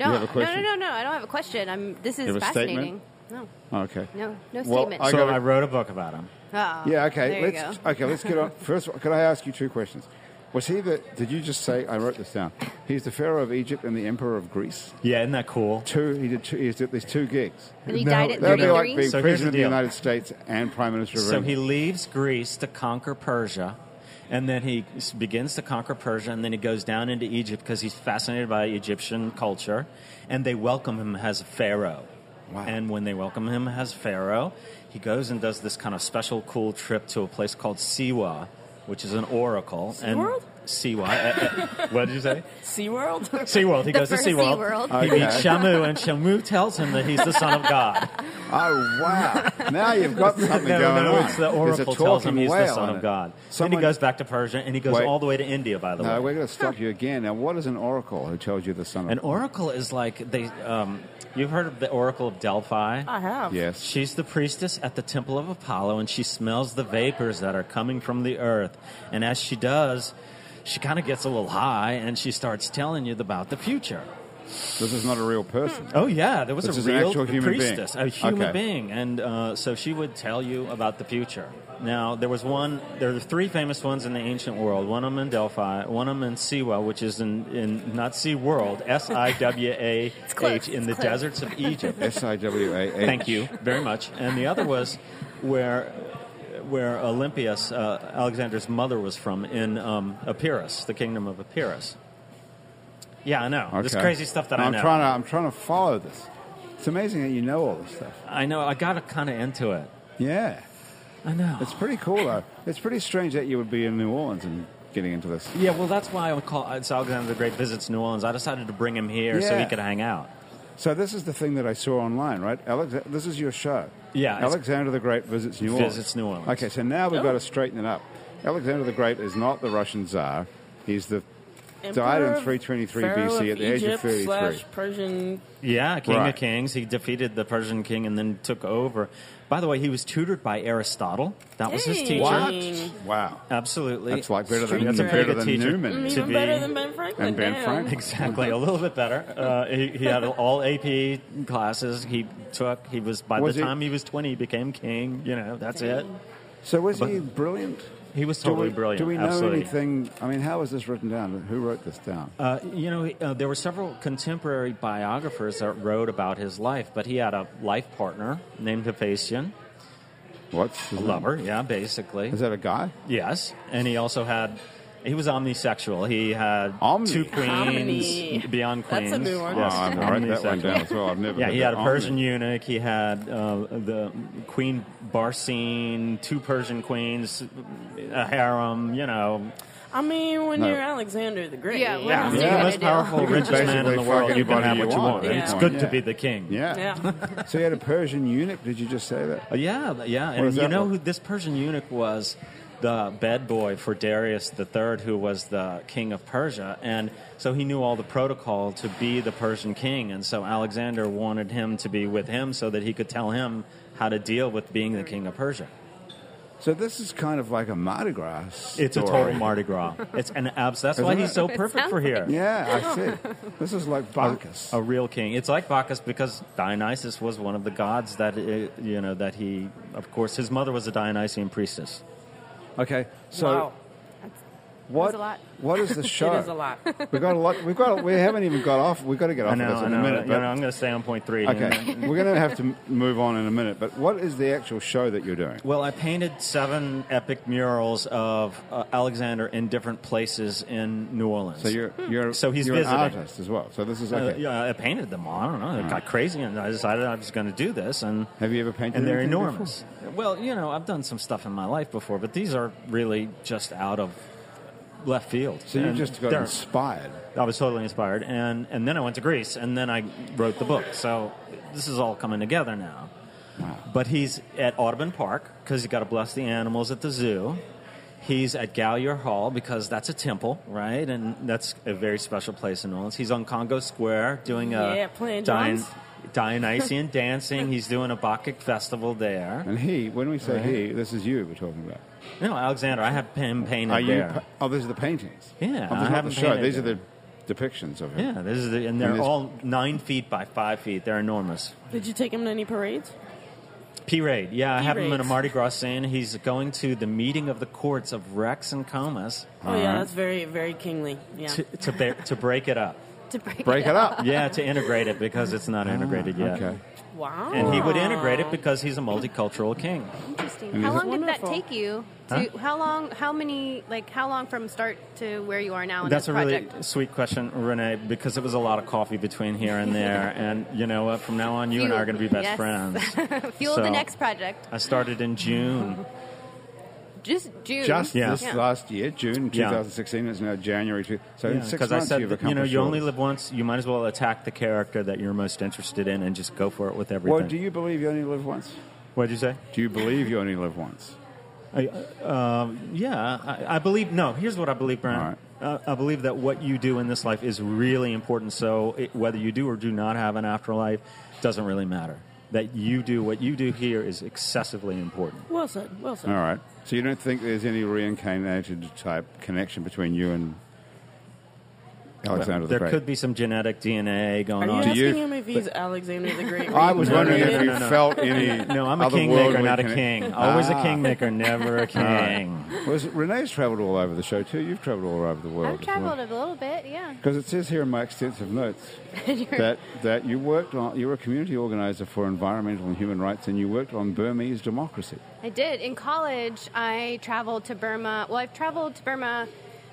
No,
you have a question?
no, no, no, no. I don't have a question. I'm. This is
You have a statement?
fascinating. No,
no. Oh, Okay.
no, no
Well,
statement.
I
So
gotta-
I wrote a book about him.
Ah,
Yeah. Okay.
There you
let's,
go.
Okay. Let's get on. First, of all, could I ask you two questions? Was he the? Did you just say? I wrote this down. He's the pharaoh of Egypt and the emperor of Greece.
Yeah, isn't that cool?
Two. He did. Two, he did these two gigs.
And he
No,
died at
That'd be
33.
like being
So here's
president
the
of the
deal.
United States and prime minister of
So he
England.
leaves Greece to conquer Persia, and then he s- begins to conquer Persia, and then he goes down into Egypt because he's fascinated by Egyptian culture, and they welcome him as a pharaoh.
Wow.
And when they welcome him as pharaoh, he goes and does this kind of special, cool trip to a place called Siwa, which is an oracle. And
SeaWorld?
Siwa. eh, eh, what did you
[LAUGHS]
say?
SeaWorld?
SeaWorld. He
The
goes
first
to SeaWorld.
SeaWorld.
He meets
Okay.
Shamu, and Shamu tells him that he's the son of God.
Oh wow! now you've
[LAUGHS]
got something
no,
going
no,
on.
it's the
There's
oracle
a
tells him
talking
he's the
whale
son
in
of
it.
God. then
Someone-
he goes back to Persia and he goes
Wait.
all the way to India. By the
No,
way,
we're going to stop you again. Now, what is an oracle? Who tells you the son of?
an oracle is like they. Um, you've heard of the Oracle of Delphi.
[LAUGHS] I have.
yes.
She's the priestess at the temple of Apollo, and she smells the vapors that are coming from the earth. And as she does, she kind of gets a little high, and she starts telling you about the future.
This is not a real person.
Oh yeah, there was
This
a
is an
real
actual human being.
priestess, a human
Okay.
being, and uh, so she would tell you about the future. Now there was one. There are three famous ones in the ancient world. One of them in Delphi. One of them in Siwa, which is in, in not Sea World, S I W A H,
close,
in
it's
the
close.
deserts of Egypt.
[LAUGHS]
S I W A E. H.
Thank you very much. And the other was where where Olympias, uh, Alexander's mother, was from in um, Epirus, the kingdom of Epirus. Yeah, I know. This
Okay.
crazy stuff that
I'm
I know.
Trying to, I'm trying to follow this. It's amazing that you know all this stuff.
I know. I got kind of into it.
Yeah.
I know.
It's pretty cool, though. It's pretty strange that you would be in New Orleans and getting into this.
yeah, well, that's why I would call it's Alexander the Great visits New Orleans. I decided to bring him here so
Yeah.
he could hang out.
So this is the thing that I saw online, right? Alex, this is your show.
Yeah, it's-
Alexander the Great visits New Orleans.
Visits New Orleans.
Okay, so now we've got to straighten it up. Alexander the Great is not the Russian Tsar. He's the died
Emperor
in
of
323
Pharaoh
BC at the age of
Egypt
33.
Slash Persian.
Yeah, King
Right.
of Kings. He defeated the Persian king and then took over. By the way, he was tutored by Aristotle. That was his
Dang.
teacher.
What?
Dang.
Wow.
Uh, Absolutely.
That's like better than,
That's a pretty
better
good
than
teacher.
Newman.
Mm,
To
Even
be-
better than Ben Franklin.
And Ben
damn.
Franklin.
Exactly, a little bit better. Uh, he, he had all AP classes he took. He was by
Was
the
he-
time he was twenty, he became king. You know, that's it.
So was he brilliant?
He was totally
do we,
brilliant.
Do we know
absolutely.
anything? I mean, how was this written down? Who wrote this down?
Uh, you know, uh, there were several contemporary biographers that wrote about his life, but he had a life partner named Hephaestion,
What's his
a
name?
lover. Yeah, basically.
Is that a guy?
Yes, and he also had. He was omnisexual. He had
Omni.
two queens
Omni.
beyond
That's a
queens.
new one.
Oh,
Yes,
I've written that one
omnisexual.
down as well. I've never.
[LAUGHS] Yeah,
heard
he
that.
had a Persian
Omni.
eunuch. He had uh, the Queen Barsine, two Persian queens, a harem. You know,
I mean, when
No.
you're Alexander the Great.
Yeah, what
I
else
mean,
you
the
gonna
most
do?
powerful,
You could
richest man
basically
in the
fuck
world. You can
anybody
have
you
what you
want
want.
at any
It's
point,
good
yeah.
to be the king.
Yeah.
[LAUGHS]
Yeah.
so he had a Persian eunuch. Did you just say that?
Uh, yeah, yeah.
What is
And you
that
know
like?
who this Persian eunuch was? The bed boy for Darius III, who was the king of Persia. And so he knew all the protocol to be the Persian king. And so Alexander wanted him to be with him so that he could tell him how to deal with being the king of Persia.
So this is kind of like a Mardi Gras.
It's a
story.
total
[LAUGHS]
Mardi Gras. It's an abs. That's why
Isn't
he's
it?
so
It
perfect
sounds
for here.
Yeah, I see.
[LAUGHS]
This is like Bacchus.
A real king. It's like Bacchus because Dionysus was one of the gods that uh, you know that he. Of course, his mother was a Dionysian priestess.
Okay, so
wow.
what?
That's a lot.
What is
[LAUGHS]
the show?
It is a lot.
We got a lot. We've got. We haven't even got off. We've got to get off
I know.
of this
I
in
know.
a minute.
you
but-
know, I'm going to stay on point three.
okay, we're going to have to m- move on in a minute. But what is the actual show that you're doing?
Well, I painted seven epic murals of uh, Alexander in different places in New Orleans.
So you're
Hmm.
you're
So he's
you're
visiting.
an artist as well. So this is
Uh,
okay. Hmm.
yeah, I painted them all. I don't know. It got crazy, and I decided I was going to do this. And
Have you ever painted
And they're
anything before?
enormous. Well, you know, I've done some stuff in my life before, but these are really just out of left field.
So you
And
just got
they're-
inspired.
I was totally inspired, and and then I went to Greece, and then I wrote the book. So this is all coming together now. But he's at Audubon Park because you got to bless the animals at the zoo. He's at Gallier Hall because that's a temple, right? And that's a very special place in New Orleans. He's on Congo Square doing a
Yeah, playing drums.
Dionysian
[LAUGHS]
dancing. He's doing a Bacchic festival there.
And he, when we say he, this is you we're talking about.
No, Alexander, I have him painted
Are you?
there.
pa- Oh, these are the paintings.
Yeah,
Oh, this is
I
not
haven't
the show.
painted
These are
them.
the depictions of him.
yeah, this is the, and they're
And this-
all nine feet by five feet. They're enormous.
Did you take him to any parades?
P-Raid, yeah, I have him in a
P-Raids.
Mardi Gras scene. He's going to the meeting of the courts of Rex and Comas
Oh yeah, that's very very kingly. Yeah.
to, to, bear, to break it up.
to break,
Break it up.
[LAUGHS] Yeah, to integrate it because it's not integrated yet.
Okay.
wow.
And he would integrate it because he's a multicultural king.
Interesting.
And
How
is it-
long did
Wonderful.
that take you? To,
Huh?
How long? How many? Like how long from start to where you are now in
That's a
this
really
project?
sweet question, Renee, because it was a lot of coffee between here and
[LAUGHS]
there. and you know what? From now on, you, and I are going to be best
Yes.
friends.
[LAUGHS] Fuel
So,
the next project.
[LAUGHS]
I started in June.
Just June.
Just
Yeah.
this
Yeah.
last year, June
Yeah.
2016, it's now January. Two, so in six
Because I
months,
said,
you've
that, you know,
accomplished
you
all
only
this.
live once. You might as well attack the character that you're most interested in and just go for it with everything.
Well, do you believe you only live once?
What'd you say?
Do you believe you only live once?
I, um, yeah, I, I believe. No, here's what I believe, Brian.
All right.
Uh, I believe that what you do in this life is really important. So it, whether you do or do not have an afterlife doesn't really matter. That you do what you do here is excessively important.
well said. Well said.
All right. So you don't think there's any reincarnated type connection between you and Alexander the
there
Great.
could be some genetic DNA
Are
going
you
on.
Do
asking
you-
him if he's Alexander
[LAUGHS]
the Great?
I was
No, no,
wondering
no,
if
no,
you
no, no.
felt [LAUGHS] any.
No, I'm a
otherworldly
kingmaker, not a
conne-
king. Always
Ah.
a
[LAUGHS]
kingmaker, never a king.
Was Renee's travelled all over the show too? You've travelled all over the world.
I've traveled a little bit, yeah. [LAUGHS]
because it says here in my extensive notes [LAUGHS] that that you worked on. You were a community organizer for environmental and human rights, and you worked on Burmese democracy.
I did. In college, I traveled to Burma. Well, I've traveled to Burma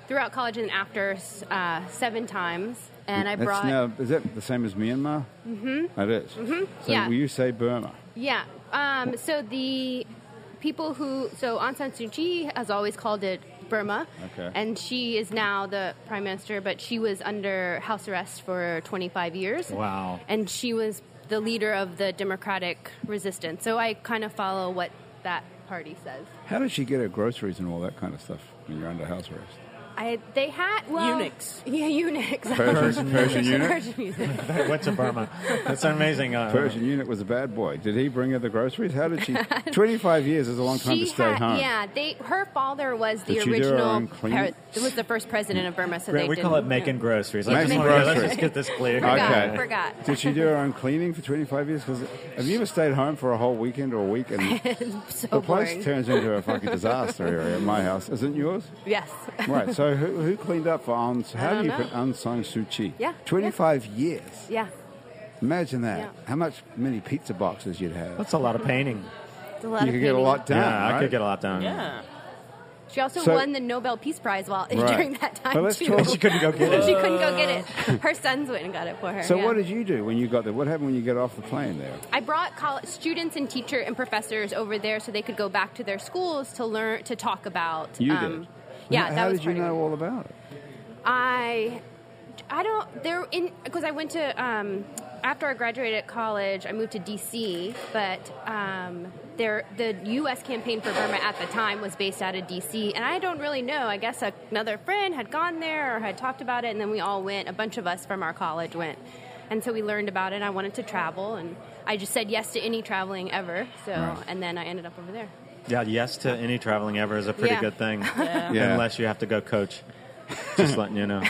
throughout college and after uh, seven times. And I
That's
brought.
now is that the same as Myanmar? Mm-hmm. That is. Mm-hmm. So
yeah.
will you say Burma?
Yeah. Um, so the people who, so Aung San Suu Kyi has always called it Burma,
Okay.
and she is now the prime minister, but she was under house arrest for 25 years.
Wow.
And she was the leader of the democratic resistance. So I kind of follow what that party says.
How did she get her groceries and all that kind of stuff when you're under house arrest?
I they had well
Eunuchs.
Yeah, [LAUGHS] eunuchs. [LAUGHS]
Persian- Persian eunuch?
Persian eunuch.
Went to Burma. That's amazing. Uh,
Uh-huh.
Persian unit was a bad boy. Did he bring her the groceries? How
[LAUGHS]
did she? [LAUGHS] Twenty-five years is a long time
she
to stay
had,
home.
Yeah, they. Her father was the
Did she do her
original.
own cleaning?
it was the first president of Burma, so
Grant,
they
we
didn't.
call it making groceries. I
Making
just wanna-
groceries.
Let's just get this clear.
Forgot, forgot.
Did she do her
[LAUGHS]
own cleaning for 25 years? Because have you ever stayed home for a whole weekend or a week
[LAUGHS]
and
so
the place
boring.
turns into a fucking disaster area at my house? Isn't yours?
Yes. [LAUGHS]
Right. So who, who cleaned up for Aung? How do
don't
you
know.
put Aung San Suu Kyi?
Yeah,
25 years.
Yeah.
Imagine that.
Yeah.
How much many pizza boxes you'd have?
That's a lot of painting.
It's a lot
you
of
could get a
painting.
lot done.
yeah, I
right?
could get a lot done.
Yeah.
She also
So-
won the Nobel Peace Prize while [LAUGHS]
Right.
during that time
But let's
too.
talk-
[LAUGHS] She couldn't go get
[LAUGHS] She
it.
couldn't
[LAUGHS]
go get it. Her sons went and got it for her.
So
yeah.
what did you do when you got there? What happened when you got off the plane there?
I brought college students and teacher and professors over there so they could go back to their schools to learn to talk about.
You
um,
did.
Yeah,
How
that
did
was
you
part of it.
know all about it?
I I don't there in because I went to um, after I graduated college, I moved to DC, but um, there the U.S. campaign for Burma at the time was based out of DC, and I don't really know. I guess another friend had gone there or had talked about it, and then we all went. A bunch of us from our college went, and so we learned about it. I wanted to travel, and I just said yes to any traveling ever. So,
Right.
and then I ended up over there.
Yeah, yes to any traveling ever is a pretty
Yeah.
good thing.
Yeah.
Unless you have to go coach. Just letting you
[LAUGHS]
know.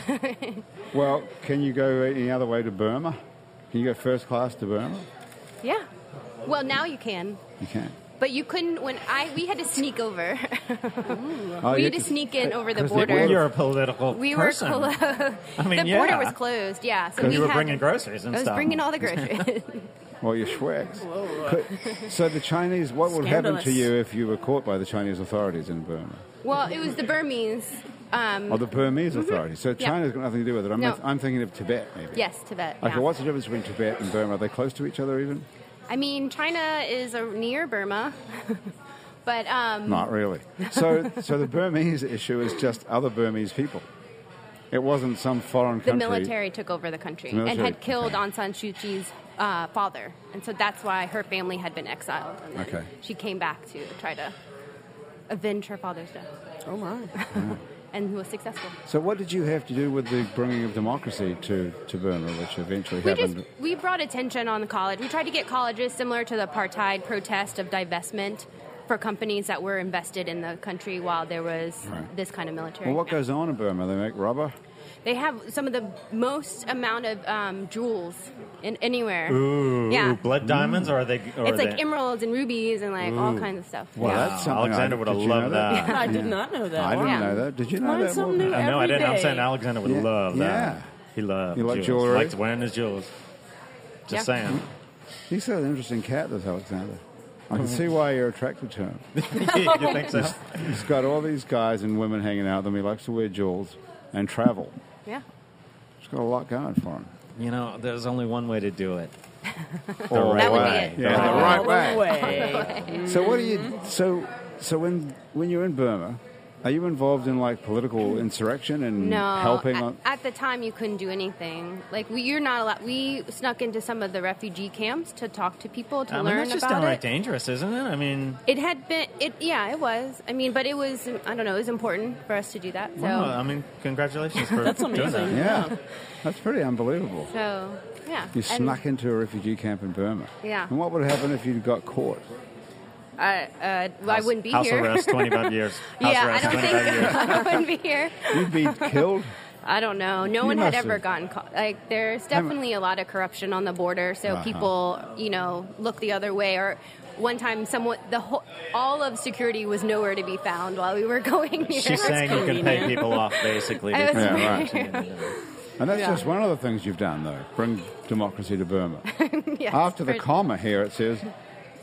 Well, can you go any other way to Burma? Can you go first class to Burma?
Yeah. Well, now you can,
You can.
but you couldn't when I we had to sneak over. [LAUGHS]
Oh,
we
you
had to sneak in over the
'cause they
border.
were-
You're a political
we were
person.
close.
I mean,
[LAUGHS] the
yeah.
border was closed. Yeah, so
'Cause
we
you were
had-
bringing groceries and
I was
stuff.
bringing
[LAUGHS]
all the groceries.
Well, your schwags. Could- So the Chinese, what would happen to
Scandalous.
you if you were caught by the Chinese authorities in Burma?
well, it was the Burmese. Um,
Or Oh, the Burmese authorities? So
Yeah.
China's got nothing to do with it. I'm,
No.
I'm thinking of Tibet, maybe.
yes, Tibet.
Okay,
yeah.
what's the difference between Tibet and Burma? Are they close to each other even?
I mean, China is a, near Burma, [LAUGHS] but um,
Not really.
[LAUGHS]
So, so the Burmese issue is just other Burmese people. It wasn't some foreign
the
country.
military took over the country
The
and
military,
had killed
okay.
Aung San Suu Kyi's uh, father, and so that's why her family had been exiled. And then
Okay.
She came back to try to avenge her father's death,
Oh my.
[LAUGHS] and was successful.
So what did you have to do with the bringing of democracy to, to Burma, which eventually
We
happened?
just we brought attention on the college. We tried to get colleges similar to the apartheid protest of divestment for companies that were invested in the country while there was
Right.
this kind of military.
well, what goes on in Burma? They make rubber.
They have some of the most amount of um, jewels in anywhere.
Ooh,
yeah,
blood diamonds, or are they? Or are
it's like
they,
emeralds and rubies and like all
Ooh.
kinds of stuff.
Wow,
Yeah.
that's something
Alexander
I-
would have
did you know
loved
that?
that.
I
Yeah.
did not know that.
I didn't
Yeah.
know that. Did you know
Learn
that?
something
Morgan?
new
I know, I
every
didn't. I'm
day.
saying Alexander would
Yeah.
love that.
Yeah.
He loved
You like
jewels.
jewelry?
Liked wearing his jewels. Just
Yeah. [LAUGHS]
saying. [LAUGHS]
He's got an interesting cat, this Alexander. I can
Oh.
see why you're attracted to him.
you think so?
He's got all these guys and women hanging out with him. He likes to wear jewels and travel.
yeah.
He's got a lot going for him.
[LAUGHS] You know, there's only one way to do it.
The
right That would be
way. it.
Yeah, the
All
right
the
way.
[LAUGHS]
way.
Mm,
So what do you? So so when when you're in Burma, are you involved in like political insurrection and
No,
helping?
at,
on,
at the time you couldn't do anything. Like we, you're not allowed. We snuck into some of the refugee camps to talk to people to
I mean,
learn
that's just
about
downright
it.
dangerous, isn't it? I mean,
It had been, it yeah, it was. I mean, but it was, I don't know, it was important for us to do that. So,
well, I mean, congratulations
[LAUGHS]
for
That's
doing
amazing.
that.
yeah, that's pretty unbelievable.
so yeah.
You
And
snuck into a refugee camp in Burma.
Yeah.
And what would happen if you got caught?
I, uh, well, I wouldn't be [LAUGHS]
House
here.
arrest, 25 years. House
yeah,
arrest,
[LAUGHS] I don't
25 years.
think I wouldn't be here.
You'd be killed.
I don't know. No
You
one had
must
ever
have.
gotten caught. Like, there's
I'm-
definitely a lot of corruption on the border, so
Uh-huh.
people, you know, look the other way. Or one time, someone, the whole, all of security was nowhere to be found while we were [LAUGHS] going here.
She's
[LAUGHS]
saying you can pay
convenient.
people off, basically.
I
to
was
come
Yeah, right.
to India.
And that's
Yeah.
just one of the things you've done, though. Bring democracy to Burma.
Yes,
After the
for-
comma here, it says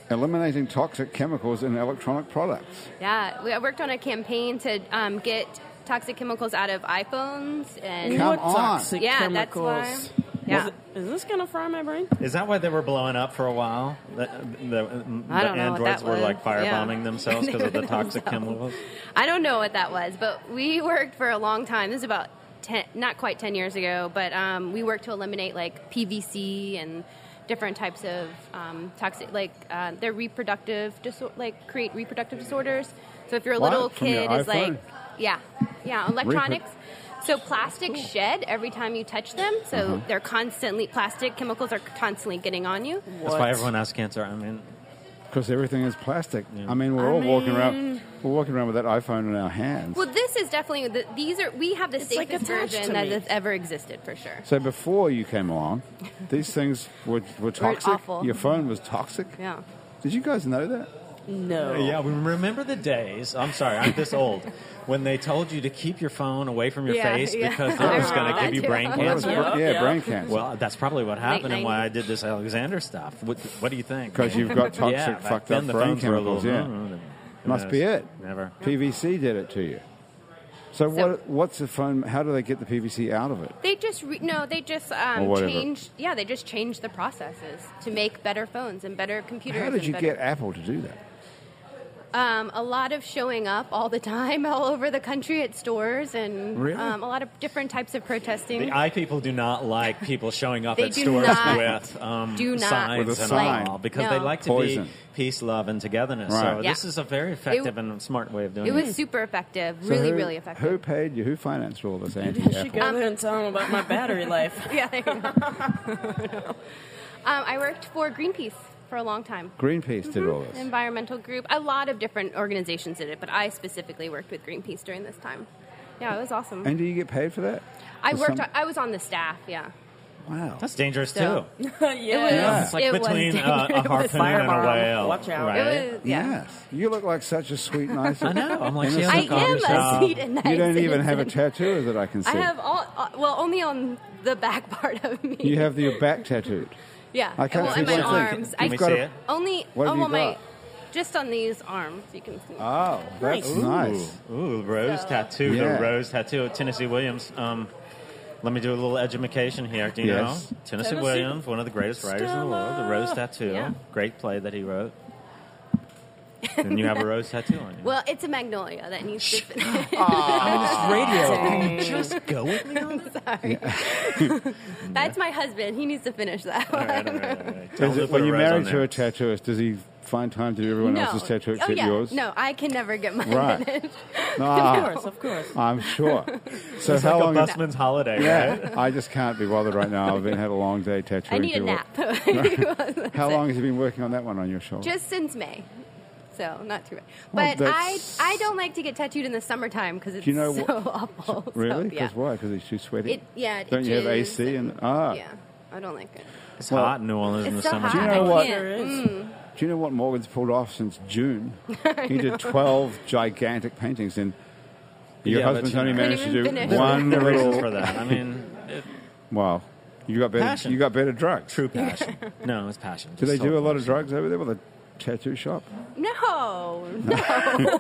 eliminating toxic chemicals in electronic products.
Yeah, we, I worked on a campaign to um, get toxic chemicals out of iPhones and.
Come
what
on.
toxic
yeah,
chemicals?
that's why. Yeah.
Is, it- is this gonna fry my brain?
Is that why they were blowing up for a while? The, the, the
I don't know what
androids
that
were
was.
like firebombing
Yeah.
themselves because of
[LAUGHS]
the toxic
No.
chemicals.
I don't know what that was, but we worked for a long time. This is about ten, not quite ten years ago, but um, we worked to eliminate like PVC and different types of um, toxic, like uh, their reproductive disorder, like create reproductive disorders. So if your
What?
little
From your
kid is
iPhone?
like, yeah, yeah, electronics. so plastics shed every time you touch them, so
Mm-hmm.
they're constantly plastic chemicals are constantly getting on you.
That's why everyone has cancer. I mean,
Because everything is plastic. I mean, we're
I
all walking around.
mean-
We're walking around with that iPhone in our hands.
Well, this is definitely the, these are we have the
It's, like,
safest
attached to
version that
me.
has ever existed for sure.
so before you came along, these things were, were toxic.
awful.
Your phone was toxic.
Yeah.
Did you guys know that?
No.
yeah, we remember the days. I'm sorry, I'm this
[LAUGHS]
old. When they told you to keep your phone away from your
Yeah,
face
yeah.
because
I
it was going to
remember
give you
that
brain
too.
Well, that was
cancer.
bra- yeah,
Yeah.
brain cancer.
Well, that's probably what happened and why I
90s.
did this Alexander stuff. What, what do you think?
Because you've
[LAUGHS]
got toxic,
yeah, back
fucked
then
up
the
brain
phones were a little,
chemicals. Yeah.
mm, mm, mm,
Must be it.
Never.
PVC did it to you. So, what? What's the phone? How do they get the PVC out of it?
They just re- no, they just
Or
um,
whatever.
changed. Yeah, they just changed the processes to make better phones and better computers.
How did
and
you
better,
get Apple to do that?
um, a lot of showing up all the time, [LAUGHS] all over the country at stores, and
Really?
um, a lot of different types of protesting.
The eye people do not like people showing up
They
at
do
stores
not-
with um,
do not
signs
With a
and
sign.
all because
No.
they like to
Poison.
be peace, love, and togetherness.
Right.
So
Yeah.
this is a very effective and smart way of doing
it
it.
was super effective,
So
really,
who-
really
Who
effective.
paid you? Who financed all
[LAUGHS]
this
You
anti
should go
Apple?
there and tell them
Um,
about my battery life.
Yeah. there you go. [LAUGHS] um, I worked for Greenpeace for a long time.
Greenpeace did all
An
this.
environmental group. A lot of different organizations did it, but I specifically worked with Greenpeace during this time. Yeah, it was awesome.
And do you get paid for that?
I
For
worked.
some-
on, I was on the staff. Yeah.
Wow.
That's dangerous
So-
too.
[LAUGHS] yeah.
Yeah.
It's like
It was
between uh,
dangerous.
a harpoon and a
Firebomb.
whale.
Watch out.
Right?
It was, yeah.
Yes. You look like such a
[LAUGHS]
sweet, nice.
I know. I'm like, she
Innocent
has
I
a
girl.
am
Wow.
a sweet and nice.
You don't even have a
innocent.
tattoo that I can see.
I have all, uh, well, only on the back [LAUGHS] part of me.
you have your back tattooed.
yeah.
I can't
well,
see
in my
one thing.
arms.
You've
Can
I
we
got
see
a-
it?
only.
What have
oh,
you
well, my,
got?
just on these arms. You can see.
Oh, that's
Nice.
nice.
Ooh, ooh, rose
So-
tattoo.
Yeah.
The rose tattoo of Tennessee Williams. Um, let me do a little edumacation here. Do you
Yes.
know Tennessee,
Tennessee-
Williams, one of the greatest writers in the world? The Rose Tattoo,
Yeah.
great play that he wrote. and you have a rose tattoo on you.
Well, it's a magnolia that needs to finish.
radio. Just go with me. On
Sorry. [LAUGHS] That's my husband. He needs to finish that
all
one.
right, all right, all right. Tell
Is
him
it,
to put
when
a
you're
rose on
married to
there.
a tattooist, does he find time to do everyone
[LAUGHS] no.
else's tattoo
oh,
except
yeah.
yours?
No, [LAUGHS] I can never get mine
Right.
finished.
Of
Ah,
course, of course.
I'm
[LAUGHS]
sure. So
it's
how
like
long?
a
is-
busman's holiday, right?
[LAUGHS] yeah, I just can't be bothered right now. I've been had a long day tattooing.
I need a
people. [LAUGHS]
nap. [LAUGHS]
How long have you been working on that one on your shoulder?
Just since May. So not too bad,
Well,
but I
that's-
I don't like to get tattooed in the summertime because it's
you know
so [LAUGHS]
what-
awful. So,
really?
yeah.
Because why? Because it's too sweaty.
It, yeah. It
Don't you have
itches
AC and ah?
yeah, I don't like it.
It's
Well,
hot in New Orleans in the
it's so
summer.
hot.
Do you know what?
There is.
Mm,
Do you know what Morgan's pulled off since June?
[LAUGHS]
he did 12 gigantic paintings, and your
Yeah, but
husband's
you
only
know-
managed to
Couldn't
do
even finish.
one
The reasons
[LAUGHS]
for
little.
that. I mean, it-
Wow, you got better.
Passion.
You got better drugs.
true
[LAUGHS]
passion. No, it's passion.
Do they do a lot of drugs over there with a tattoo shop?
No, no.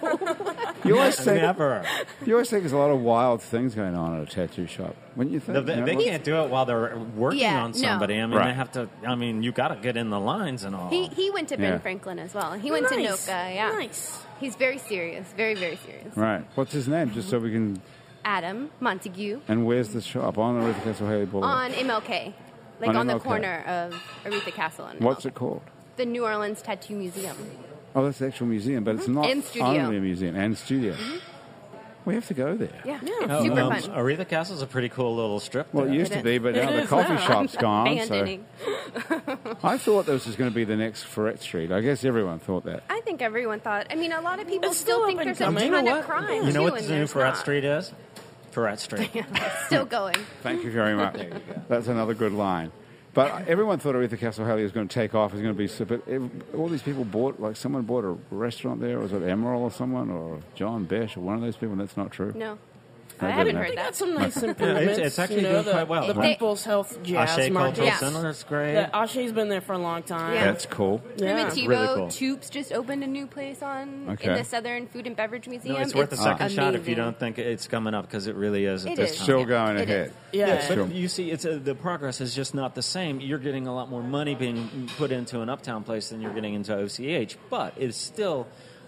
You always think
Never.
you always think there's a lot of wild things going on at a tattoo shop, wouldn't you think?
No, they,
You know,
they
what-
can't do it while they're working
Yeah,
on
no.
somebody. I mean,
Right.
they have to. I mean, you got to get in the lines and all.
he he went to Ben
Yeah.
Franklin as well. He went to
Nice.
Noka. Yeah,
Nice.
He's very serious, very very serious.
Right. What's his name? Just so we can.
Adam Montague
And where's the shop? On Aretha Castle Haley Boulevard.
on MLK, like
On
on, the
MLK.
corner of Aretha Castle and
What's
MLK.
it called?
The New Orleans Tattoo Museum.
Oh, that's the actual museum, but it's not
Mm-hmm. And studio. Mm-hmm.
only a museum and studio. We have to go there.
Yeah,
Yeah.
it's
Oh,
super
um,
fun.
Aretha Castle's a pretty cool little strip.
Well, it
there.
used
It
to
is.
be, but now
It
the
is
coffee
[LAUGHS]
now.
shop's gone. So
Abandoning.
I thought this was going to be the next Ferret Street. I guess everyone thought that.
I think everyone thought. I mean, a lot of people
It's
still
still
think
up
there's
and
a
coming.
ton
You know
of
what?
crime.
you know
too,
what
and
the new
there's
Ferret
not.
Street is? Pirat
[LAUGHS]
Street.
Still going.
Thank you very much. [LAUGHS] That's another good line. But everyone thought Aretha Castle Haley was going to take off. It was going to be super. ev- All these people bought, like, someone bought a restaurant there. Was it Emerald or someone? Or John Besh or one of those people? That's not true.
No.
I
I
didn't
haven't
know.
They
heard
got
that.
some nice improvements.
it's actually
you know,
doing
the,
quite well,
The
right?
People's Health Jazz
Ashe
Market.
Cultural
Yeah.
Center, that's great.
The Ashe's been there for a long time.
Yeah.
That's cool.
Yeah.
Primitivo
Really cool.
Toops just opened a new place on
Okay.
in the Southern Food and Beverage Museum.
No, it's worth a second shot if you
amazing.
don't think it's coming up because it really is at
It
this
is.
time.
Still going
It
ahead.
is.
Yeah.
That's
But
cool.
you see, it's uh the progress is just not the same. You're getting a lot more money being put into an uptown place than you're getting into OCH, but it's still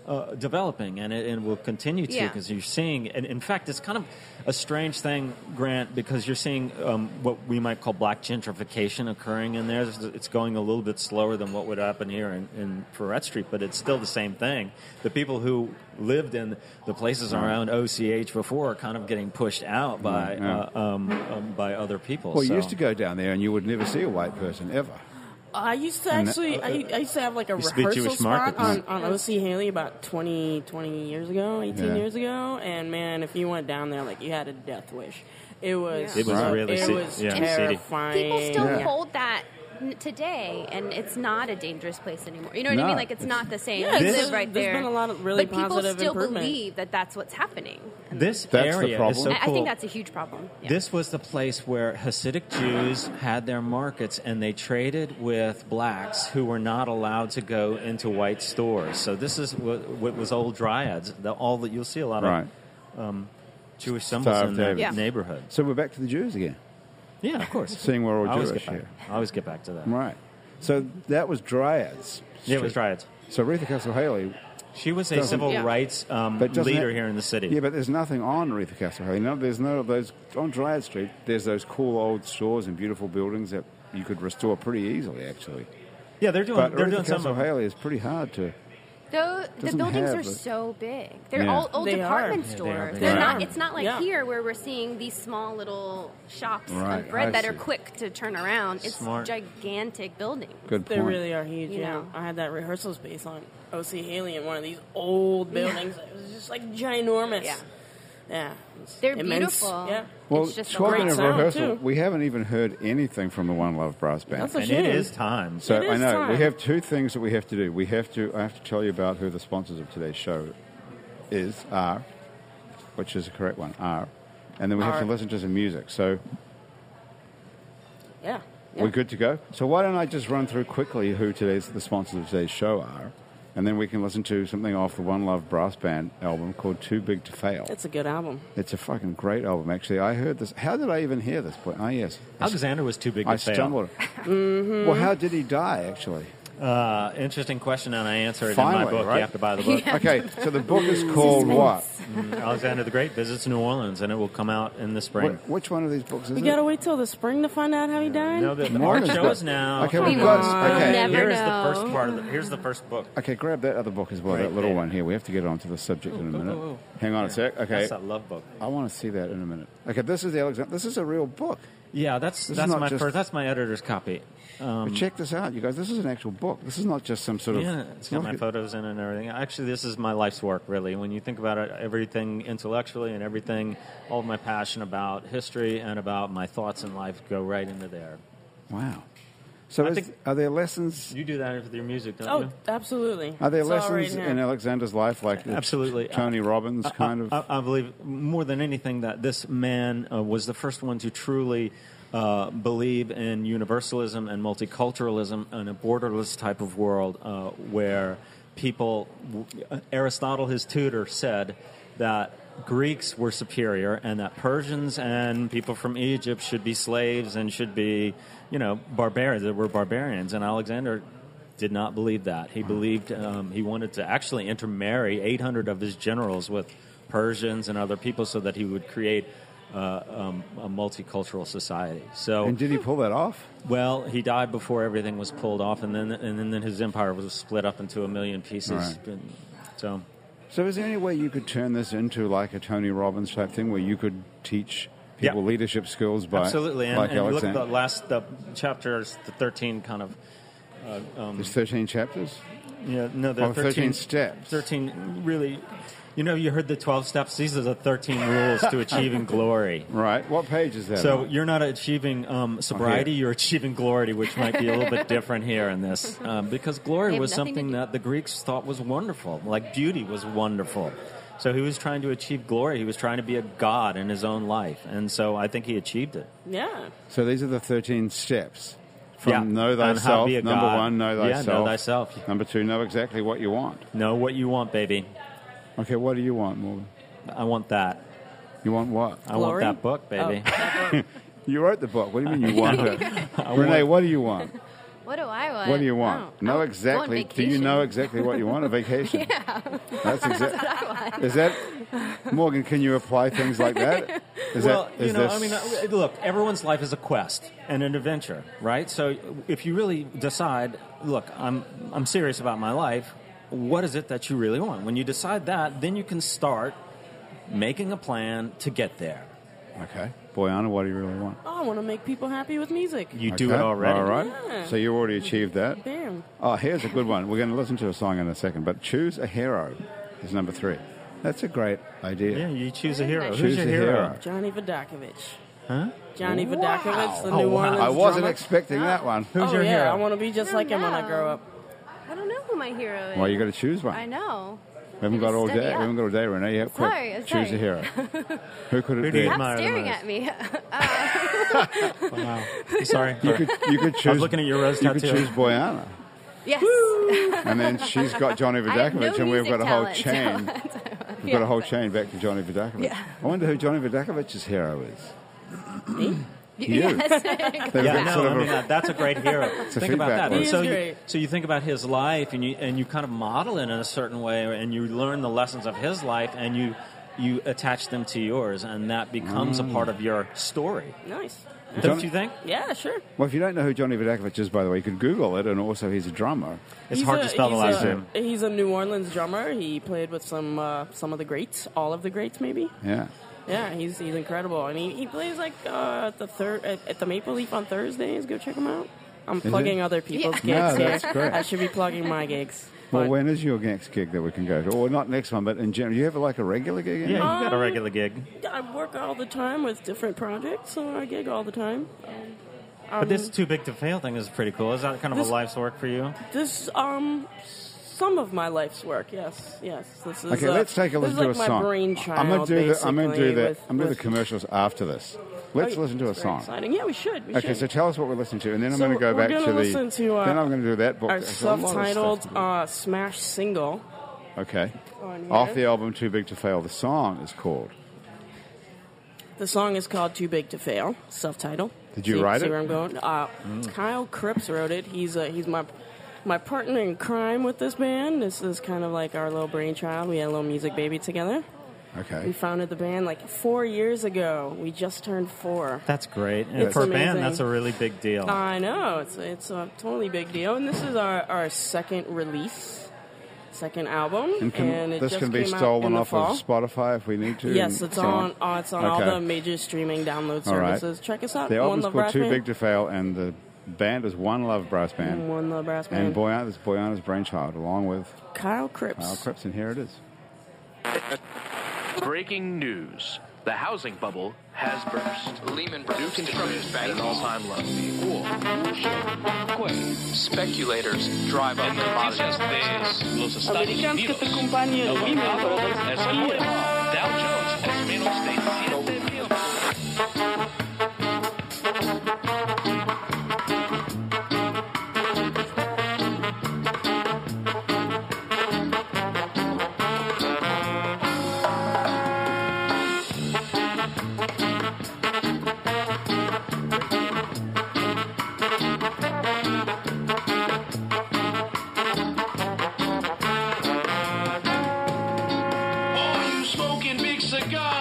uh, developing and it and will continue to
Yeah.
because you're seeing. And in fact, it's kind of a strange thing, Grant, because you're seeing um, what we might call black gentrification occurring in there. It's- It's going a little bit slower than what would happen here in, in Ferret Street, but it's still the same thing. The people who lived in the places around OCH before are kind of getting pushed out by
Yeah.
uh, um, um, by other people.
Well,
so.
you used to go down there and you would never see a white person ever.
I used to actually, I, I used to have like a
Used to be
rehearsal
uh, Jewish
spot
market,
on,
huh?
on OC Haley about 20, 20 years ago, 18
Yeah.
years ago. And man, if you went down there, like you had a death wish. It was,
Yeah. It
was
uh,
really
it
se-
was
yeah, seedy.
terrifying.
People still
Yeah.
hold that n- today, and it's not a dangerous place anymore. You know what
No.
I mean? Like it's not the same.
Yeah,
You
this-
live right
there's
there.
been a lot of really
but people
positive
still
improvement.
believe that that's what's happening.
This
That's the
area
problem.
is so
I, I
Oh, cool.
think that's a huge problem. Yeah.
This was the place where Hasidic Jews had their markets and they traded with blacks who were not allowed to go into white stores. So this is what, what was old dryads. The, all that you'll see a lot of
Right.
Jewish symbols
Star of
in the
David.
Yeah.
neighborhood.
So we're back to the Jews again.
Yeah, of course.
Seeing we're all
I always
Jewish
get back-
here.
I always get back to that.
Right. So that was Dryads.
Yeah, it was dryads.
So Aretha Castle Haley.
She was a
Doesn't-
civil
Yeah.
rights um,
But doesn't
leader
that-
here in the city.
Yeah, but there's nothing on Aretha Castle Haley. No, there's no of those on Dryad Street. There's those cool old stores and beautiful buildings that you could restore pretty easily, actually.
yeah, they're doing
But
they're
Aretha
doing some
Castle
of
Haley is pretty hard to.
Though the
Doesn't
buildings
have
are
it.
so big. They're
Yeah.
all old
They are.
department
Yeah, they are
stores.
big.
They're
Right.
not it's not like
Yeah.
here where we're seeing these small little shops
Right,
of bread
I
that
see.
are quick to turn around. It's
Smart.
gigantic buildings.
Good
They
point.
really are huge.
You
yeah,
know.
I had that rehearsal space on OC Haley in one of these old buildings. It was just like ginormous.
Yeah.
yeah. it was
They're
immense.
beautiful.
Yeah,
well,
it's just a
talking
lot.
of
sound,
rehearsal,
too.
we haven't even heard anything from the One Love Brass Band.
That's a
and it
shame.
is time.
So
It is
I know we
time.
have two things that we have to do. We have to. I have to tell you about who the sponsors of today's show is are, which is the correct one are, and then we have
Are.
to listen to some music. So
yeah.
we're good to go. So why don't I just run through quickly who today's the sponsors of today's show are, and then we can listen to something off the One Love Brass Band album called Too Big to Fail.
It's a good album.
It's a fucking great album, actually. I heard this. How did I even hear this? Point? Oh yes,
Alexander was too big to
I
fail.
stumbled.
Mm-hmm.
Well, how did he die? Actually.
Uh, interesting question, and I answer it in
Finally,
my book.
right?
You have to buy the
[LAUGHS]
book.
Okay, so the book is called what?
Alexander the Great visits New Orleans, and it will come out in the spring.
Wh- which one of these books is
We
it?
gotta wait till the spring to find out how he died.
No, the, the
More
art
is
show
good.
is now.
Okay,
Come
we've got.
on.
Okay.
Never
Here's
know.
the first part. Of the, here's the first book.
Okay, grab that other book as well, that
Right
little
there.
one here. We have to get onto the subject in a
Ooh,
minute.
ooh, ooh.
Hang on a sec. Okay,
oh, That's that love book.
I want to see that in a minute. Okay, this is the Alexander. This is a real book.
Yeah, that's
This is
that's
not
my
just-
first. That's my editor's copy. Um,
but check this out, you guys. This is an actual book. This is not just some sort of.
Mm. Yeah, it's got
look
my
at-
photos in it and everything. Actually, this is my life's work, really. When you think about it, everything intellectually and everything, all of my passion about history and about my thoughts in life go right into there.
Wow. So,
I
is,
think-
are there lessons?
You do that with your music, don't
Oh,
you?
absolutely.
Are there
It's all right
lessons
here.
in Alexander's life, like the
Absolutely. Uh,
Tony Robbins kind of?
I, I believe more than anything that this man uh, was the first one to truly uh, believe in universalism and multiculturalism and a borderless type of world uh, where people. uh, Aristotle, his tutor, said that Greeks were superior and that Persians and people from Egypt should be slaves and should be, you know, barbarians. They were barbarians. And Alexander did not believe that. He believed um, he wanted to actually intermarry 800 of his generals with Persians and other people so that he would create uh, um, a multicultural society. So,
and did he pull that off?
well, he died before everything was pulled off, and then and then, then his empire was split up into a million pieces.
Right.
And so.
So, is there any way you could turn this into like a Tony Robbins type thing, where you could teach people
Yeah.
leadership skills by
Absolutely, and,
like
and look at
Alexander?
the last the chapters, the thirteen kind of
There's 13 chapters.
Yeah, no, there
Oh,
are
13
13,
steps.
13 really. You know, you heard the 12 steps. These are the 13 rules
[LAUGHS]
to achieving glory.
Right. What page is that?
So
on?
you're not achieving um, sobriety, you're achieving glory, which might be a little bit different here
[LAUGHS]
in this. Um, because
They
glory
have
was
nothing to
something
do-
that the Greeks thought was wonderful, like beauty was wonderful. So he was trying to achieve glory. He was trying to be a god in his own life. And so I think he achieved it.
Yeah.
So these are the 13 steps. From
Yeah,
know
on how to
thyself,
be a
number
god.
one, know
Yeah, know
thyself.
thyself.
Number two, know exactly what you want.
Know what you want, baby.
Okay, what do you want, Morgan?
I want that.
You want what?
I
Glory? Oh.
want that book, baby.
You wrote the book. What do you
[LAUGHS]
mean you want it? Renee, what do you want?
What do I want?
What do you want?
Oh, I
know
want- I
exactly.
want
Do you know
vacation.
exactly what you want? A
[LAUGHS]
vacation. yeah. That's exactly. Is that Morgan? Can you apply things like
[LAUGHS]
that? Is
well,
that?
you
Is
know,
this,
I mean, uh, look, everyone's life is a quest and an adventure, right? So if you really decide, look, I'm I'm serious about my life. What is it that you really want? When you decide that, then you can start making a plan to get there.
okay, Boyana, what do you really want?
Oh, I want to make people happy with music.
You do it
Okay,
already.
All right.
Yeah.
So you already achieved that.
Damn.
Oh, here's a good one. We're going to listen to a song in a second, but choose a hero is number three. That's a great idea.
Yeah, you choose a hero.
Choose
Who's
a
your
hero.
hero?
Johnny Vodakovich. Huh? Johnny Vodakovich, the
Oh,
New
wow.
Orleans
I wasn't
drummer.
expecting that one.
Who's
oh,
your
yeah,
hero?
I want to be just
I
like him
don't
when I
know.
grow up.
I don't know who my hero is.
Well, you got to choose one.
[LAUGHS] I know.
We haven't got
Just
all
study
day.
up.
We haven't got all day, Renee. Yeah, quick.
Sorry, I'm
choose a
sorry. [LAUGHS]
hero. Who could it
Who do
be?
you
Stop
admire the
staring
most?
at me. [LAUGHS]
Wow. Sorry.
You could, you could choose.
[LAUGHS] I was looking at your rose
You could
tattoo.
choose Boyana,
yes.
and
[LAUGHS]
then she's got Johnny
I have no
Vodakovich, and we've
music
got a whole
talent, so
chain.
[LAUGHS] that's what I want.
We've got a
Yeah,
whole
but-
chain back to Johnny Vodakovich.
Yeah.
I wonder who Johnny Vodakovich's hero is. [LAUGHS]
Y-
You.
Yes.
They've
Yeah,
got
no,
sort of
I
a-
mean, that- that's a great [LAUGHS] hero.
a
Think
feedback
about that.
loop.
He
so,
is
you,
great.
so you think about his life, and you and you kind of model it in a certain way, and you learn the lessons of his life, and you you attach them to yours, and that becomes a part of your story.
Nice.
Don't Mm. you think?
Yeah, sure.
Well, if you don't know who Johnny Vodakovich is, by the way, you could Google it, and also he's a drummer.
It's
He's
hard
a-
to spell the
he's
last
a-
name.
He's a New Orleans drummer. He played with some uh, some of the greats, all of the greats, maybe.
Yeah.
Yeah, he's he's incredible, and he, he plays like uh, at the third at, at the Maple Leaf on Thursdays. Go check him out. I'm
it?
plugging other people's gigs.
No,
here.
that's great.
I should be plugging my gigs.
Well,
but-
when is your next gig that we can go to? Or not next one, but in general. Do you have like a regular gig? in
Yeah,
there?
you
Um,
got a regular gig,
I work all the time with different projects, so I gig all the time.
but this too big to fail thing is pretty cool. Is that kind of
um, This-
a life's work for you?
This um some of my life's work. Yes, yes. This is
Okay,
uh,
let's take a
this
listen
is
to a
like my
song.
brainchild,
I'm gonna do the I'm gonna do
basically,
the
with-
I'm gonna do
with-
the commercials after this. Let's
Oh,
listen to a
it's very
song.
Exciting. Yeah, we should. We
Okay,
should.
so tell us what we're listening to, and then I'm
So
going to go
we're
back
gonna
to the.
listen to, uh,
then I'm going to do that book.
our
There's a lot of stuff
self-titled
to do.
uh, smash single.
okay.
on here.
Off the album "Too Big to Fail," the song is called.
The song is called "Too Big to Fail," self-titled.
Did you
see,
write
see
it? Mm.
where I'm going? Uh, Kyle Cripps wrote it. He's uh, he's my my partner in crime with this band. This is kind of like our little brainchild. We had a little music baby together. We
Okay.
founded the band like four years ago. We just turned four.
That's great. And
It's
for a
amazing. Um,
band, that's a really big deal.
I know it's it's a totally big deal, and this is our, our second release, second album, and,
Can-
it
this
just
can be
came out in
stolen
the
off
fall.
of Spotify if we need to.
Yes,
and
it's
so
on. on uh, it's on
Okay.
all the major streaming download
All right.
services. Check us out.
The
One
album's
Love
called
Brass
"Too
Band.
Big to Fail," and the band is One Love Brass Band,
One Love Brass Band.
and Boyana, this is Boyana's brainchild, along with
Kyle Cripps.
Al Cripps, and here it is.
Breaking news. The housing bubble has burst.
Lehman Brothers
New construction is at an
banking.
all-time low.
Speculators drive up commodities.
Американската компания Lehman Brothers Kia.
All you smoke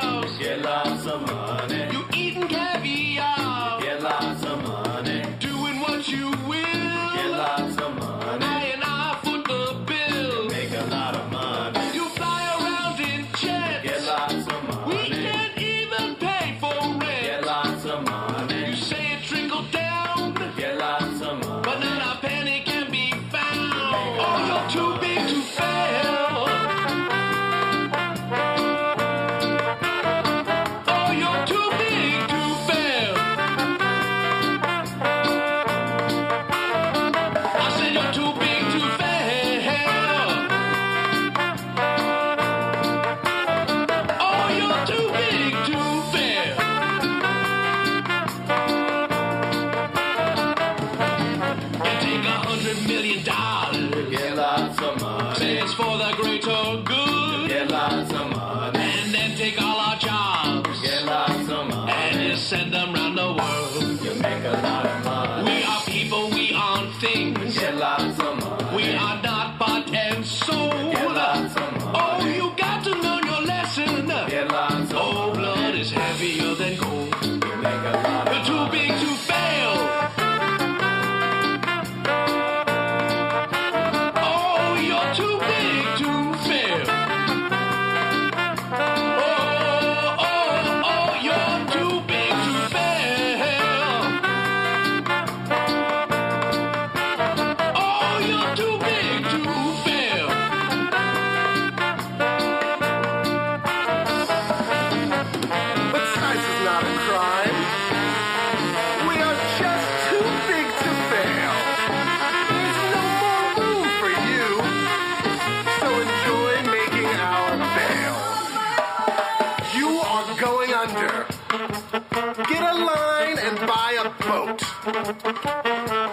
throat.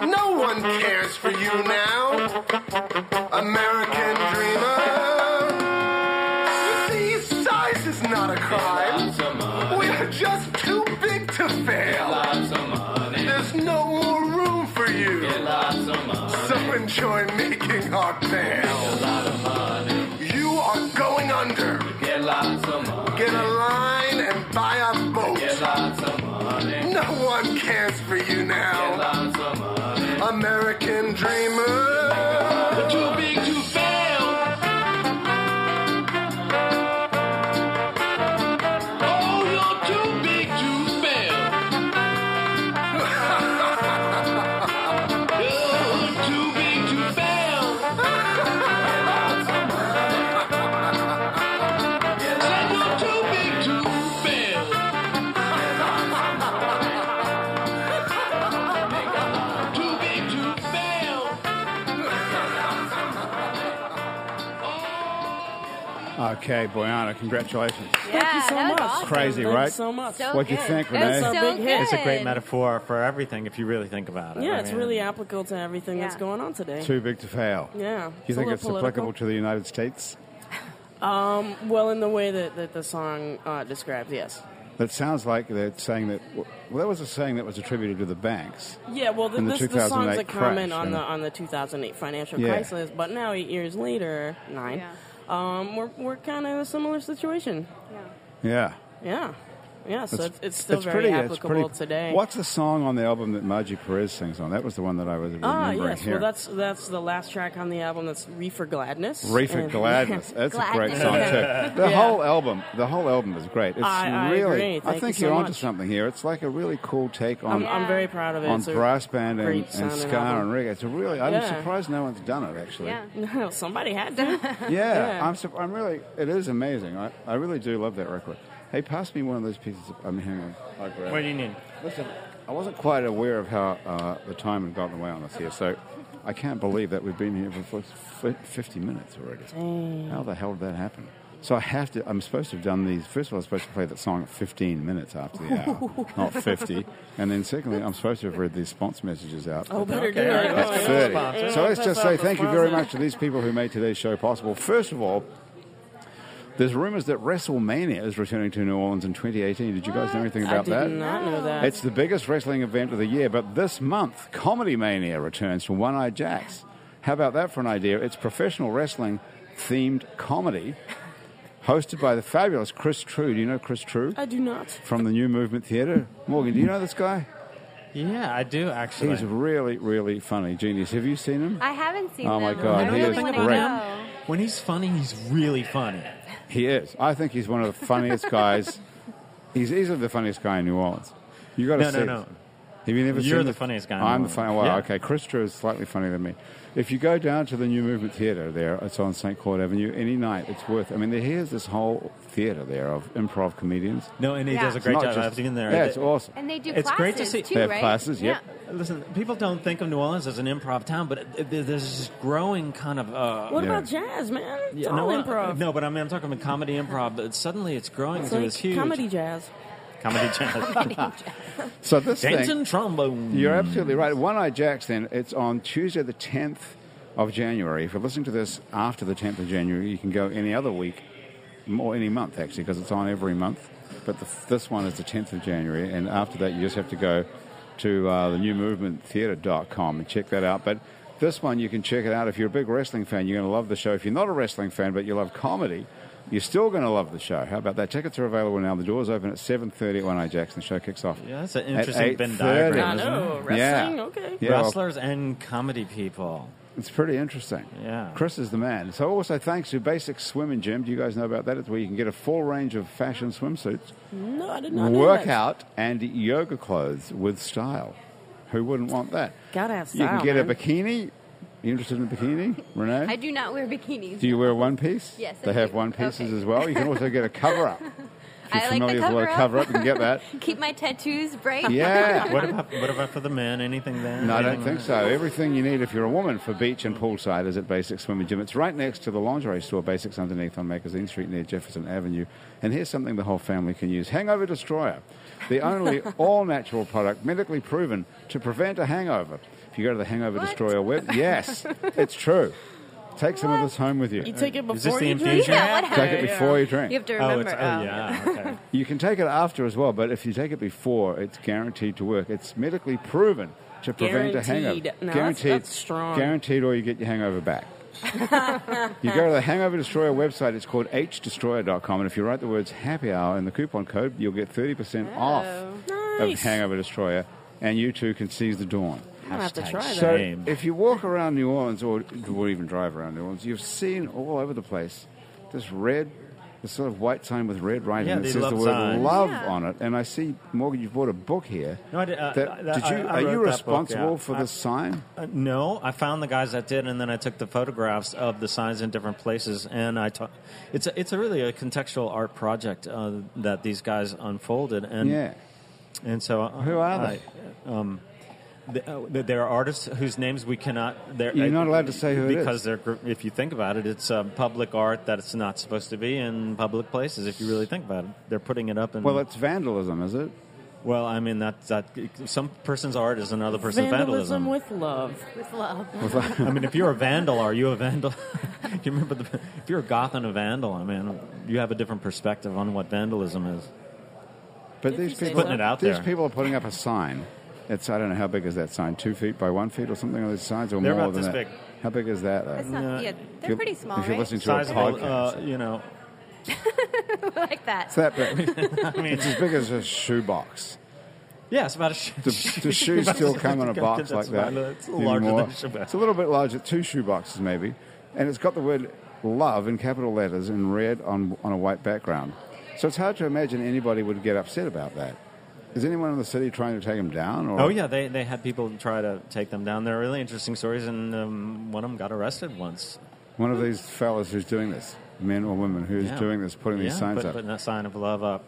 No one cares for you now, American dreamer. You see, size is not a crime. We are just too big to fail. There's no more room for you. So enjoy making our bail. You are going under. Get a line and buy a boat. No one cares for you now. American dreamer. Too big to fail. Oh, you're too big to fail. [LAUGHS] you're too big to fail. [LAUGHS] Said you're too big to fail. Too big to fail.
Okay, Boyana, congratulations.
Yeah,
Thank you so
that was
much.
awesome.
Crazy,
Thanks
right?
so much.
So
What'd you
good.
think,
It was
Renee?
so
It's a big hit.
It's a great
good.
metaphor for everything if you really think about it.
Yeah,
I
it's
mean,
really applicable to everything that's
Yeah.
going on today.
Too big to fail.
Yeah.
Do you think
a
it's
little
applicable to the United States?
Well, in the way that, that the song uh, describes, yes.
That sounds like they're saying that. Well, that was a saying that was attributed to the banks.
Yeah, well, th-
And the
this, this song's a
2008
comment
crash,
on the
yeah.
on the 2008 financial
Yeah.
crisis, but now eight years later, nine,
Yeah.
um, we're we're kind of in a similar situation.
Yeah.
Yeah, yeah. So it's, it's, still very applicable today.
What's the song on the album that Margie Perez sings on? That was the one that I was remembering
Ah, yes.
here.
Well, that's that's the last track on the album. That's Reefer Gladness.
Reefer
And- [LAUGHS]
Gladness. That's a great
Mm. Gladness.
song too. The
Yeah.
whole album, the whole album is great. It's
I- I
really,
agree. Thank
I think
you
are
so
onto
much.
something here. It's like a really cool take on
I'm, I'm very proud of it.
on
It's a
brass band and,
great
and
sounding
ska
album.
and reggae. It's a really. I'm
Yeah.
surprised no one's done it actually.
Yeah.
[LAUGHS] No, somebody had to.
Yeah,
[LAUGHS] Yeah.
I'm. Sur- I'm really. It is amazing. I, I really do love that record. Hey, pass me one of those pieces. Of, I mean, hang on. I grab.
What do you need?
Listen, I wasn't quite aware of how uh, the time had gotten away on us here, so I can't believe that we've been here for f- 50 minutes already. How the hell did that happen? So I have to. I'm supposed to have done these. First of all, I'm supposed to play that song at 15 minutes after the
[LAUGHS]
hour, not 50. And then secondly, I'm supposed to have read these sponsor messages out.
Oh, better do
Okay,
it.
all right.
Oh,
That's
yeah.
fair.
30. So let's just say thank you very much to these people who made today's show possible. First of all, there's rumors that WrestleMania is returning to New Orleans in 2018. Did you guys know anything
I
about
did
that?
not know that.
It's the biggest wrestling event of the year, but this month, Comedy Mania returns to One Eye Jacks. How about that for an idea? It's professional wrestling themed comedy hosted by the fabulous Chris True. Do you know Chris True?
I do not.
From the New Movement Theatre. Morgan, do you know this guy?
Yeah, I do actually.
He's really, really funny. Genius. Have you seen him?
I haven't seen
Oh, my
them.
God,
I
he
really
is
wanna
great.
go.
When he's funny, he's really funny.
He is. I think he's one of the
[LAUGHS]
funniest guys. He's easily the funniest guy in New Orleans. You got to
No,
see
no, no.
this. Have you never
You're
seen
the
this?
funniest guy in New
I'm the
Orleans.
funny. Well,
Yeah.
okay. Chris Drew is slightly funnier than me. If you go down to the New Movement Theatre there, it's on St. Claude Avenue, any night, it's worth I mean, here's this whole theatre there of improv comedians.
No, and he
Yeah.
does a
It's
great
Not
job.
just-
I've been there.
Yeah,
They-
it's awesome.
And they do
It's
classes
great to see-
too,
They have
right?
classes, yep.
Yeah.
Listen, people don't think of New Orleans as an improv town, but it- it- there's this growing kind of. Uh,
What
Yeah.
about jazz, man? It's
yeah,
all
no,
improv.
No, but I mean, I'm talking about comedy improv. But suddenly, it's growing
it's
to
like
this huge
comedy jazz.
comedy channel.
So this thing,
Dancing trombone.
You're absolutely right. One Eye Jacks, then, it's on Tuesday, the 10th of January. If you're listening to this after the 10th of January, you can go any other week, or any month, actually, because it's on every month. But the, this one is the 10th of January, and after that, you just have to go to uh, the newmovementtheatre.com and check that out. But this one, you can check it out. If you're a big wrestling fan, you're going to love the show. If you're not a wrestling fan, but you love comedy, you're still going to love the show. How about that? Tickets are available now. The doors open at 7.30 at One Eye Jacks, and the show kicks off
Yeah, that's an
at
interesting Venn
8:30.
diagram,
I
isn't it?
know.
Yeah.
Wrestling? Okay.
Yeah, well,
Wrestlers and comedy people.
it's pretty interesting.
Yeah.
Chris is the man. So also thanks to Basic Swim and Gym. Do you guys know about that? It's where you can get a full range of fashion swimsuits,
No, I did not know that.
workout, and yoga clothes with style. Who wouldn't want that?
Gotta have
You can
style,
get a
man.
bikini. You interested in a bikini, Renee?
I do not wear bikinis.
do you wear one piece?
Yes, I
They have
do.
one pieces
Okay. [LAUGHS]
as well. You can also get a cover up. you're
I like the
familiar with
cover
the
up.
cover up, you can get
[LAUGHS]
that.
Keep my tattoos bright.
Yeah.
What about what about for the men? Anything there?
No, I don't
Anything
think so. Everything you need if you're a woman for beach and poolside is at Basic Swimming Gym. It's right next to the lingerie store, Basics Underneath on Magazine Street near Jefferson Avenue. And here's something the whole family can use Hangover Destroyer, the only all natural product medically proven to prevent a hangover. If you go to the Hangover
What?
Destroyer web, yes, it's true. Take some of this home with you.
You take it before
Is this the
you drink
infusion?
it?
Yeah, what
Take it
happened?
before you drink.
[LAUGHS] You have to
Oh,
remember. Um,
it's, oh, yeah. Okay.
You can take it after as well, but if you take it before, it's guaranteed to work. It's medically proven to prevent a hangover.
Guaranteed. Now, that's- that's strong.
Guaranteed, or you get your hangover
[LAUGHS]
back. you go to the Hangover Destroyer website. It's called hdestroyer.com, and if you write the words "happy hour" in the coupon code, you'll get thirty percent off of
Oh. Nice.
Hangover Destroyer, and you too can seize the dawn.
I have to
Hashtag
try that.
So,
shame.
if you walk around New Orleans, or, or even drive around New Orleans, you've seen all over the place this red, this sort of white sign with red writing
Yeah,
that
the
says the
love
word
sign.
"love"
Yeah.
on it. And I see, Morgan, you've bought a book here.
No, I did- uh, uh,
that, did
I-
you?
I
are
wrote
you
that book,
responsible
yeah.
for
I-
this sign?
Uh, no, I found the guys that did, and then I took the photographs of the signs in different places, and I ta- It's a, it's a really a contextual art project uh, that these guys unfolded, and
yeah.
and so uh,
Who are
I- um, th- uh, th- there are artists whose names we cannot. they're-
You're not allowed to say who it is.
because they're. gr- If you think about it, it's uh, public art that it's not supposed to be in public places. If you really think about it, they're putting it up. In,
Well, it's vandalism, is
[LAUGHS]
it?
well, I mean that that some person's art is another person's
Vandalism with love.
With love.
I mean, if you're a vandal, are you a vandal? [LAUGHS] Do you remember the? If you're a goth and a vandal, I mean, you have a different perspective on what vandalism is.
But
Did
these
you say
people,
Putting it out
these
there.
people are putting up a sign. It's I don't know how big is that sign? Two feet by one feet or something? Are these signs or
They're
more
about
than
this
that?
big.
How big is that? Though?
It's not,
No.
yeah,
If
they're
you're-
pretty small,
If you're
right?
listening to
Size
a
of
podcast,
uh, you know,
[LAUGHS] like that.
it's that
[LAUGHS]
big.
I mean,
It's as big as a shoebox.
yeah, it's about a. Sh- [LAUGHS]
The, the shoes still come in a box
That's
like that.
about- It's larger
anymore.
than a shoebox.
It's a little bit larger, two shoe boxes maybe, and it's got the word "love" in capital letters in red on on a white background. So it's hard to imagine anybody would get upset about that. Is anyone in the city trying to take them down? Or?
Oh yeah, they they had people try to take them down. They're really interesting stories, and um, one of them got arrested once.
one of these fellas who's doing this, men or women, who's
Yeah.
doing this, putting these
Yeah,
signs
put-
up.
putting that sign of love up.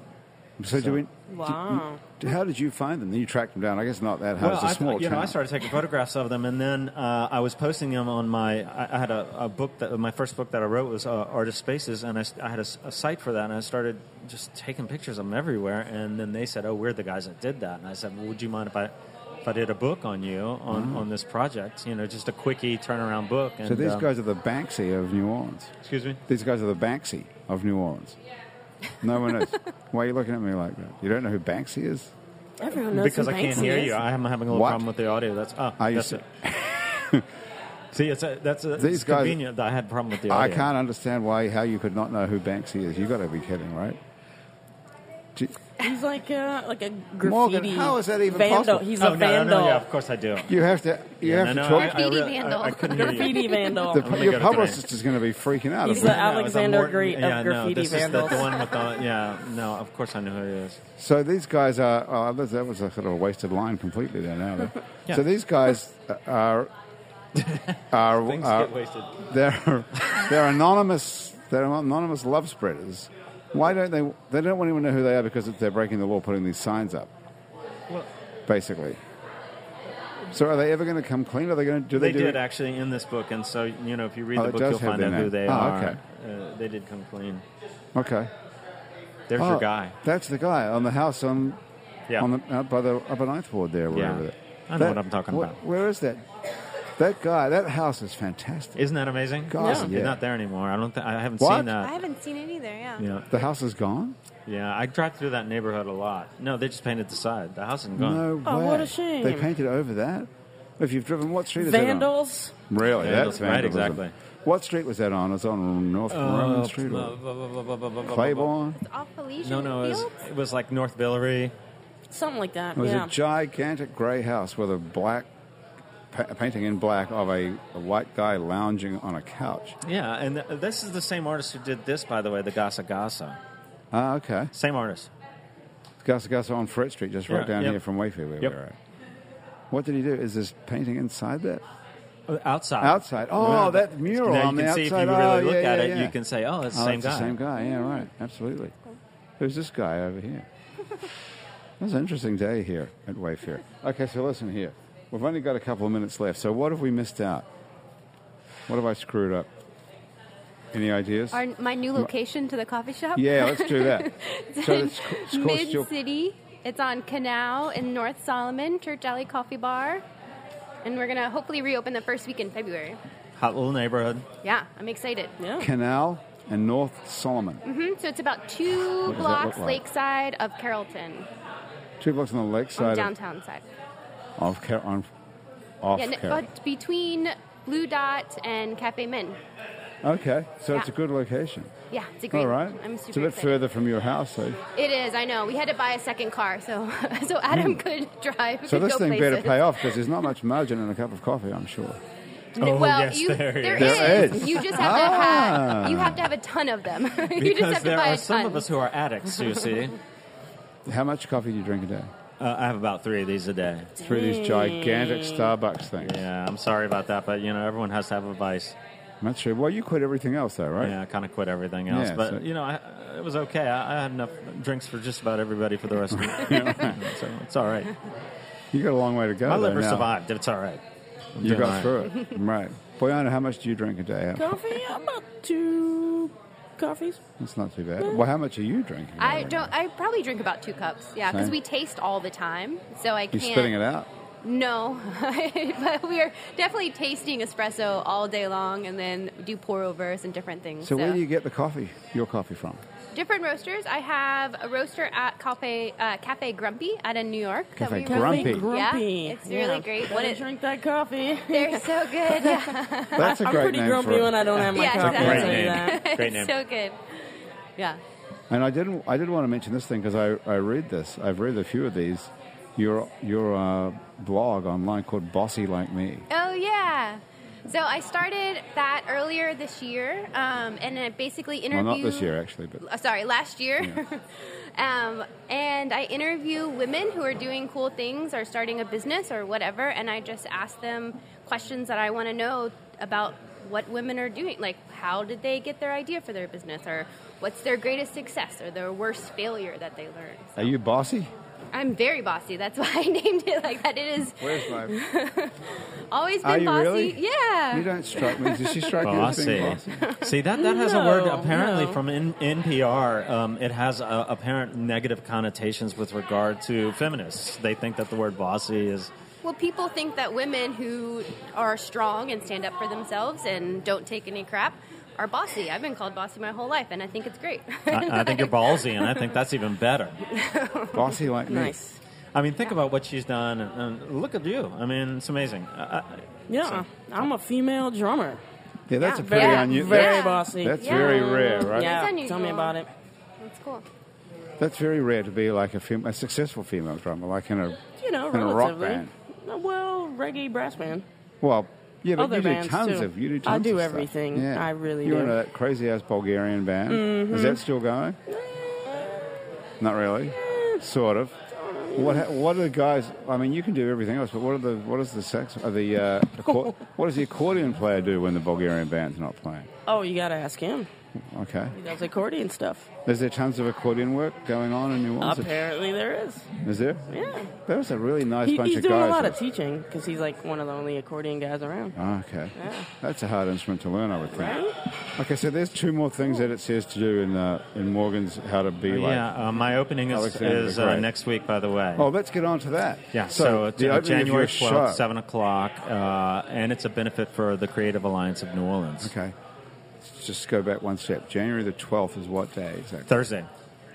so, do
so-
we? do
Wow.
you- how did you find them? Then you tracked them down. I guess not that hard.
Well,
it's a
I,
small
you
town.
know, I started taking photographs of them, and then uh, I was posting them on my. I, I had a, a book that my first book that I wrote was uh, Artist Spaces, and I, s- I had a, s- a site for that, and I started just taking pictures of them everywhere. And then they said, "Oh, we're the guys that did that." And I said, well, "Would you mind if I if I did a book on you on, on this project? You know, just a quickie turnaround book." And,
Mm-hmm. so these
um,
guys are the Banksy of New Orleans.
excuse me.
These guys are the Banksy of New Orleans. No one is. Why are you looking at me like that? You don't know who Banksy is?
Everyone knows
Because
who
I can't
Banksy
hear
is.
you, I'm having a little
What?
problem with the audio. That's oh,
I
that's
used
it. See, it's a, that's a,
These
it's
guys-
convenient that I had a problem with the
I
audio.
can't understand why how you could not know who Banksy is. You got to be kidding, right? Do-
He's like a like a graffiti
Morgan, how is that even
vandal.
possible?
He's
Oh
a
no, no,
vandal.
no, yeah, of course I do.
You have to. You
Yeah,
have
no,
to
no,
talk.
I- I
Graffiti
re- I-
vandal.
I couldn't hear you.
Graffiti vandal.
the,
gonna
your
go to the
publicist is going to be freaking out.
He's
isn't
the
he?
No, it's a
Alexander
Morton-
Great
yeah,
of
No,
graffiti
this
vandals.
is the, the one with the yeah. No, of course I know who it is.
so these guys are. Oh, that that was a sort of a wasted line completely there now.
[LAUGHS] Yeah.
So these guys uh, are are uh,
Things
are
get wasted.
they're [LAUGHS] they're anonymous they're anonymous love spreaders. Why don't they? They don't want anyone to know who they are because they're breaking the law, putting these signs up. basically. So are they ever going to come clean? Are they going to do
They,
they, do
did
it?
actually in this book, and so you know if you read
Oh, it
the book,
does
you'll
have
find
their
out who
name.
they
Oh,
are.
okay.
Uh, they did come clean.
Okay.
There's
Oh,
your guy.
That's the guy on the house on
Yeah.
on the out by the upper ninth ward there, wherever.
Yeah.
that-
I know
that-
what I'm talking
wh-
about.
Where is that? That guy. That house is fantastic.
Isn't that amazing?
God,
It's
yeah.
not there anymore. I don't. Th- I haven't
What?
seen
I
that.
haven't seen it either, yeah.
Yeah,
the house is gone.
yeah. I drive through that neighborhood a lot. No, they just painted the side. The house isn't gone.
No
Oh,
way.
what a shame.
They painted over that. If you've driven, what street is
vandals.
that on? Really,
Vandals,
that's
right,
vandalism.
exactly. Oh,
What street was that on? It was on North
Uh,
Roman Street or Claiborne.
It's off Elysian
No, no. It was,
Fields?
it was like North Billary.
Something like that.
It was
yeah.
a gigantic grey house with a black pa- a painting in black of a, a white guy lounging on a couch.
Yeah, and th- this is the same artist who did this, by the way, the Gasa Gasa.
Ah, okay.
Same artist.
Gus Gus on Fret Street, just right
Yeah,
down
yep.
here from Wayfair where
Yep.
we're at. What did he do? Is this painting inside that?
Uh, Outside.
Outside. Oh,
Yeah.
that mural
Now
on the
you can see
outside.
if you really
Oh,
look
yeah,
at
yeah,
it,
yeah.
you can say, oh, it's the
Oh,
same
it's
guy.
the same guy. Yeah, right. Absolutely. Who's this guy over here?
[LAUGHS]
That's an interesting day here at Wayfair. Okay, so listen here. We've only got a couple of minutes left. So what have we missed out? What have I screwed up? Any ideas?
Our, my new location to the coffee shop.
yeah, let's do
[LAUGHS]
that.
It's
so
in
it's, it's called
Mid
Steel-
City. It's on Canal in North Solomon, Church Alley Coffee Bar. And we're going to hopefully reopen the first week in February.
Hot little neighborhood.
Yeah, I'm excited.
Yeah.
Canal and North Solomon.
Mhm, So it's about two
What does that
blocks
look like?
lakeside of Carrollton,
Two blocks on the
on
lakeside of,
downtown side.
of Car- on, off
Yeah, n-
Carroll.
but between Blue Dot and Cafe Min.
Okay, so it's a
Yeah.
good location.
Yeah, it's a great.
All right.
I'm
it's a
super
bit
excited.
further from your house, though.
It is. I know. We had to buy a second car, so [LAUGHS] so Adam could drive.
Hmm. So
and
this
go
thing
places.
better pay off because there's not much margin in a cup of coffee, I'm sure.
N-
Oh,
well,
yes,
you,
there is.
There
is.
is.
You just have to
Ah.
have. You have to have a ton of them. [LAUGHS] you just
Because
have to
there
buy
are
a
some
ton.
of us who are addicts,
[LAUGHS]
you see.
How much coffee do you drink a day?
Uh, I have about three of these a day.
Through these gigantic Starbucks things.
Yeah, I'm sorry about that, but you know, everyone has to have a vice.
That's true. Well, you quit everything else, though, right?
Yeah, I kind of quit everything else,
Yeah,
but
so-
you know, I, it was okay. I, I had enough drinks for just about everybody for the
[LAUGHS]
rest of the [LAUGHS] so it's all right.
You got a long way to go.
My
though,
liver
now.
survived. It's all right. I'm
You
doing all
got
right.
through it, right? Boyana, how much do you drink a day?
Coffee? About two coffees.
That's not too bad. Well, how much are you drinking? a
I
day?
don't. I probably drink about two cups. Yeah, because
Same.
we taste all the time, so I
You're
can't.
spitting it out.
No, [LAUGHS] but we are definitely tasting espresso all day long, and then do pour overs and different things.
So, where do you get the coffee? Your coffee from?
different roasters. I have a roaster at Cafe uh, Cafe Grumpy out in New York. that
Cafe
we-
Grumpy.
Cafe Grumpy.
Yeah, it's really great. What
What
[LAUGHS] it-
drink that coffee.
They're so [LAUGHS] good. Yeah,
That's a
I'm
great
pretty
name
grumpy
for it.
when I don't have my
Yeah,
coffee.
exactly.
I'll tell you
[LAUGHS]
that.
Great name.
it's so good. Yeah.
And I didn't. I did want to mention this thing because I, I read this. I've read a few of these. Your your uh, blog online called Bossy Like Me.
Oh yeah. So I started that earlier this year, um, and I basically
Well,
interviewed.
not this year actually, but
uh, sorry, last year. [LAUGHS] um, and I interview women who are doing cool things or starting a business or whatever, and I just ask them questions that I want to know about what women are doing. Like, how did they get their idea for their business, or what's their greatest success, or their worst failure that they learned.
are you bossy?
I'm very bossy. That's [LAUGHS] why I named it like that. It is
Where's my?
always been
Are you
bossy.
really?
Yeah.
You don't strike me. Did she strike you as being
Bossy.
bossy?
Oh, See that that has a
No,
word apparently
no.
from N- NPR. Um, it has uh, apparent negative connotations with regard to feminists. They think that the word bossy is
Well, people think that women who are strong and stand up for themselves and don't take any crap are bossy. I've been called bossy my whole life, and I think
[LAUGHS]
it's great.
I, I think you're ballsy, and I think that's even better.
Bossy like me.
Nice.
I mean, think about what she's done, and, and look at you. I mean, it's amazing. Uh, I, I,
Yeah, I'm a female drummer.
Yeah, that's
Yeah,
a pretty
very-
unusual.
Very
Yeah.
bossy.
That's very rare, right?
Yeah,
It's
tell me
unusual.
about it.
That's cool.
That's very rare to be like a, fem- a successful female drummer, like in a
You know,
in a rock
relatively.
band.
Uh, Well, reggae brass band.
Well, yeah, but
Other
you do
bands,
tons
too.
of you do tons
I do
of stuff.
everything.
Yeah.
I really
You're
do. Mm-hmm.
in that crazy ass Bulgarian band. Is that still going? Not really. Sort of. What ha- what are the guys? I mean, you can do everything else, but what are the what is the sax? Are the uh, accor-
[LAUGHS]
what does the accordion player do when the Bulgarian band's not playing?
Oh, you gotta ask him.
Okay,
He does accordion stuff.
is there tons of accordion work going on in New Orleans?
Apparently, there is.
Is there?
Yeah.
There was a really nice
He,
bunch
he's
of
doing
guys.
a lot
that-
of teaching because he's like one of the only accordion guys around.
Ah, okay.
Yeah.
That's a hard instrument to learn, I would think.
Right?
Okay, so there's two more things that it says to do in uh, in Morgan's How to Be Like.
yeah, uh, my opening is,
Alexander the
is uh,
Great.
next week, by the way.
Oh, let's get on to that.
Yeah, so, it's,
the opening
uh,
of
January
your
12th,
show.
7 o'clock, uh, and it's a benefit for the Creative Alliance of New Orleans.
Okay. Let's just go back one step. January the 12th is what day exactly?
Thursday.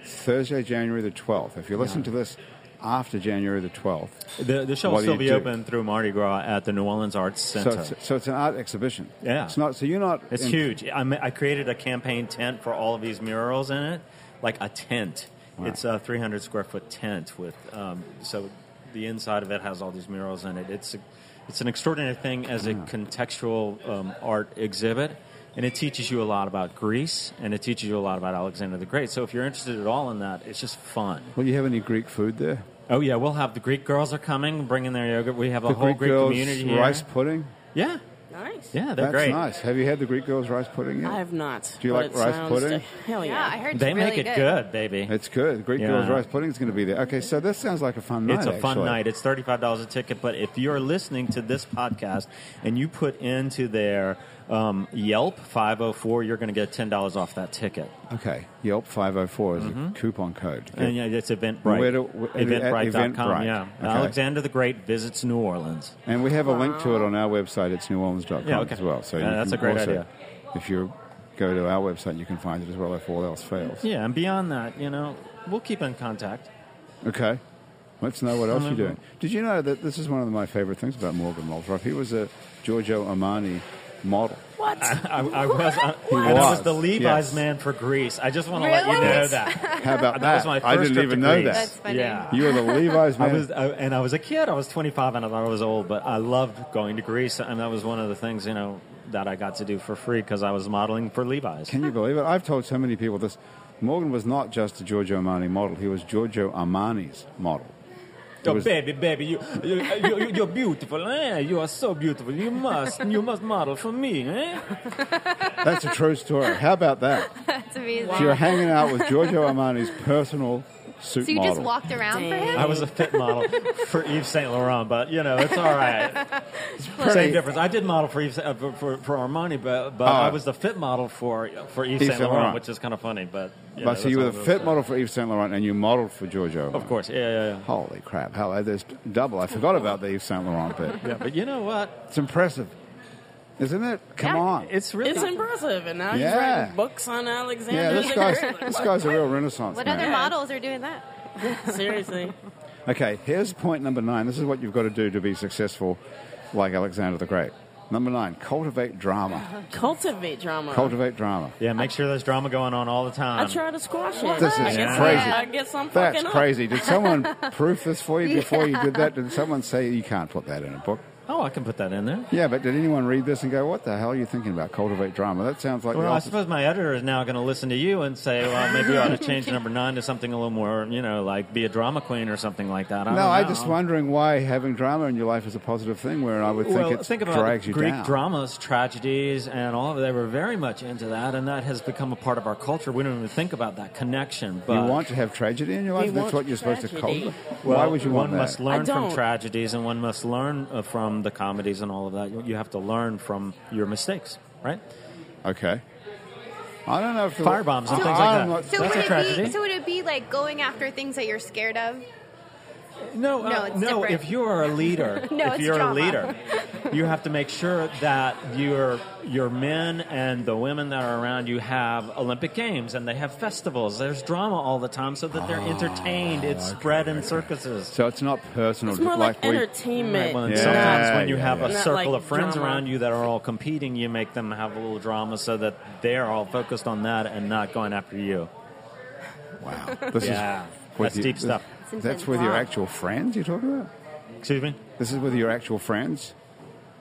Thursday, January the 12th. If you listen to this after January the 12th,
The, the show
What
will
do
still
you
be
do?
open through Mardi Gras at the New Orleans Arts
so
Center.
it's, so it's an art exhibition.
Yeah.
It's not. So you're not.
It's
in-
huge. I, ma- I created a campaign tent for all of these murals in it, like a tent. It's a 300 square foot tent with um, so the inside of it has all these murals in it. It's a, it's an extraordinary thing as
Ah.
a contextual um, art exhibit, and it teaches you a lot about Greece and it teaches you a lot about Alexander the Great. So if you're interested at all in that, it's just fun.
Will you have any Greek food there?
Oh yeah, we'll have the Greek girls are coming, bringing their yogurt. We have a
The
whole Greek,
girls,
community here.
rice pudding.
Yeah,
Nice. delicious.
Yeah, they're
That's
great.
nice. Have you had the Greek girl's rice pudding yet?
I have not.
Do you
but
like
it
rice
sounds
pudding?
de- hell Oh, yeah.
Yeah, I heard it's
They
really
make it good, baby.
It's good. The Greek
Yeah.
girl's rice pudding is going to be there. Okay, so this sounds like a fun night.
It's a fun
actually.
night. It's thirty-five dollars a ticket. But if you're listening to this podcast and you put into their um, Yelp five hundred four, you're going to get ten dollars off that ticket.
Okay, Yelp five hundred four is a coupon code.
And Mm-hmm. Uh, yeah, it's Eventbrite.
Where do- where- at
Eventbrite.com.
Eventbrite.
Yeah.
Okay.
Alexander the Great visits New Orleans.
And we have a link to it on our website. It's neworleans.com
Yeah, okay.
as well. So
Yeah,
you
that's
can
a great
also,
idea.
If you go to our website, you can find it as well if all else fails.
Yeah, and beyond that, you know, we'll keep in contact.
Okay. Let's know what else you're
Mhm.
doing. Did you know that this is one of my favorite things about Morgan Waltrip? He was a Giorgio Armani model.
What?
I, I was, I,
He
and I was
was,
the Levi's
yes.
man for Greece. I just want to let you
Really?
know that.
How about that?
[LAUGHS] That was my first
I didn't
trip
even
to
know
Greece.
that.
That's funny.
Yeah.
You were the Levi's
[LAUGHS] I
man.
was, I, and I was a kid. I was 25, and I thought I was old, but I loved going to Greece, and that was one of the things you know that I got to do for free because I was modeling for Levi's.
Can you believe it? I've told so many people this. Morgan was not just a Giorgio Armani model. He was Giorgio Armani's model. It
Oh,
was-
baby, baby, you, you, you, you- you're beautiful. Eh? You are so beautiful. You must, you must model for me. Eh?
That's a true story. How about that?
That's amazing.
So you're hanging out with Giorgio Armani's personal suit
So you
model.
just walked around for him?
I was a fit model for Yves Saint Laurent, but you know it's all
[LAUGHS]
right. Same difference. I did model for Yves, uh, for, for for Armani, but but
Oh.
I was the fit model for for Yves, Saint Laurent, which is kind of funny. But you know,
but so you
that's
were
all
the
it
fit
was.
model for Yves Saint Laurent, and you modeled for Giorgio.
of
Armani.
course. Yeah, yeah, yeah.
Holy crap! How there's double. I forgot about the Yves Saint Laurent bit.
Yeah, but you know what?
It's impressive, isn't it? Come on.
It's really
It's impressive, and now
Yeah.
he's writing books on Alexander.
yeah, this
the
guy's
Great. [LAUGHS]
this guy's a real renaissance
What
man.
other models are doing that?
Seriously,
Okay, here's point number nine. This is what you've got to do to be successful, like Alexander the Great. Number nine: cultivate
[LAUGHS]
drama.
cultivate drama.
Cultivate drama.
yeah. Make sure there's drama going on all the
I
time.
try to squash it.
This
I
is
guess
crazy.
I, I guess I'm
That's
fucking up.
crazy. Did
[LAUGHS]
someone proof this for you before you did that? Did someone say you can't put that in a book?
Oh, I can put that in there.
Yeah, but did anyone read this and go, "What the hell are you thinking about? Cultivate drama." That sounds like the
Well, I
opposite-
suppose my editor is now going to listen to you and say, well, maybe you ought to change number nine to something a little more, you know, like be a drama queen or something like that. I
No,
don't
I'm
know.
just wondering why having drama in your life is a positive thing, where I would think
well,
it
think about
drags you
Greek
down.
dramas, tragedies, and all of it. They were very much into that, and that has become a part of our culture. We don't even think about that connection.
You
But
want to have tragedy in your
We
life? That's
want
what you're supposed to
tragedy.
cultivate. why would you want
One
that?
must learn from
don't.
tragedies, and one must learn uh, from the comedies and all of that. You- You have to learn from your mistakes, right?
okay. I don't know if the-
Firebombs and Oh, things like
I'm
that.
not-
So
That's
would
a
it
tragedy.
be so would it be like going after things that you're scared
[LAUGHS]
of?
No,
No,
uh,
it's
no.
different.
If you are a [LAUGHS] leader,
No,
if
it's
you're
drama.
a leader, you have to make sure that your your men and the women that are around you have Olympic games and they have festivals. There's drama all the time, so that they're entertained. It's spread in circuses.
Oh, so it's not personal.
It's more like,
like we-
entertainment.
Well, and
Yeah,
sometimes when you
yeah,
have
yeah.
a
Not
circle
like
of friends
drama.
around you that are all competing, you make them have a little drama so that they're all focused on that and not going after you.
wow, this
Yeah,
is
that's deep stuff.
It's
That's with your
intense.
actual friends. You're talking about.
Excuse me.
This is with your actual friends.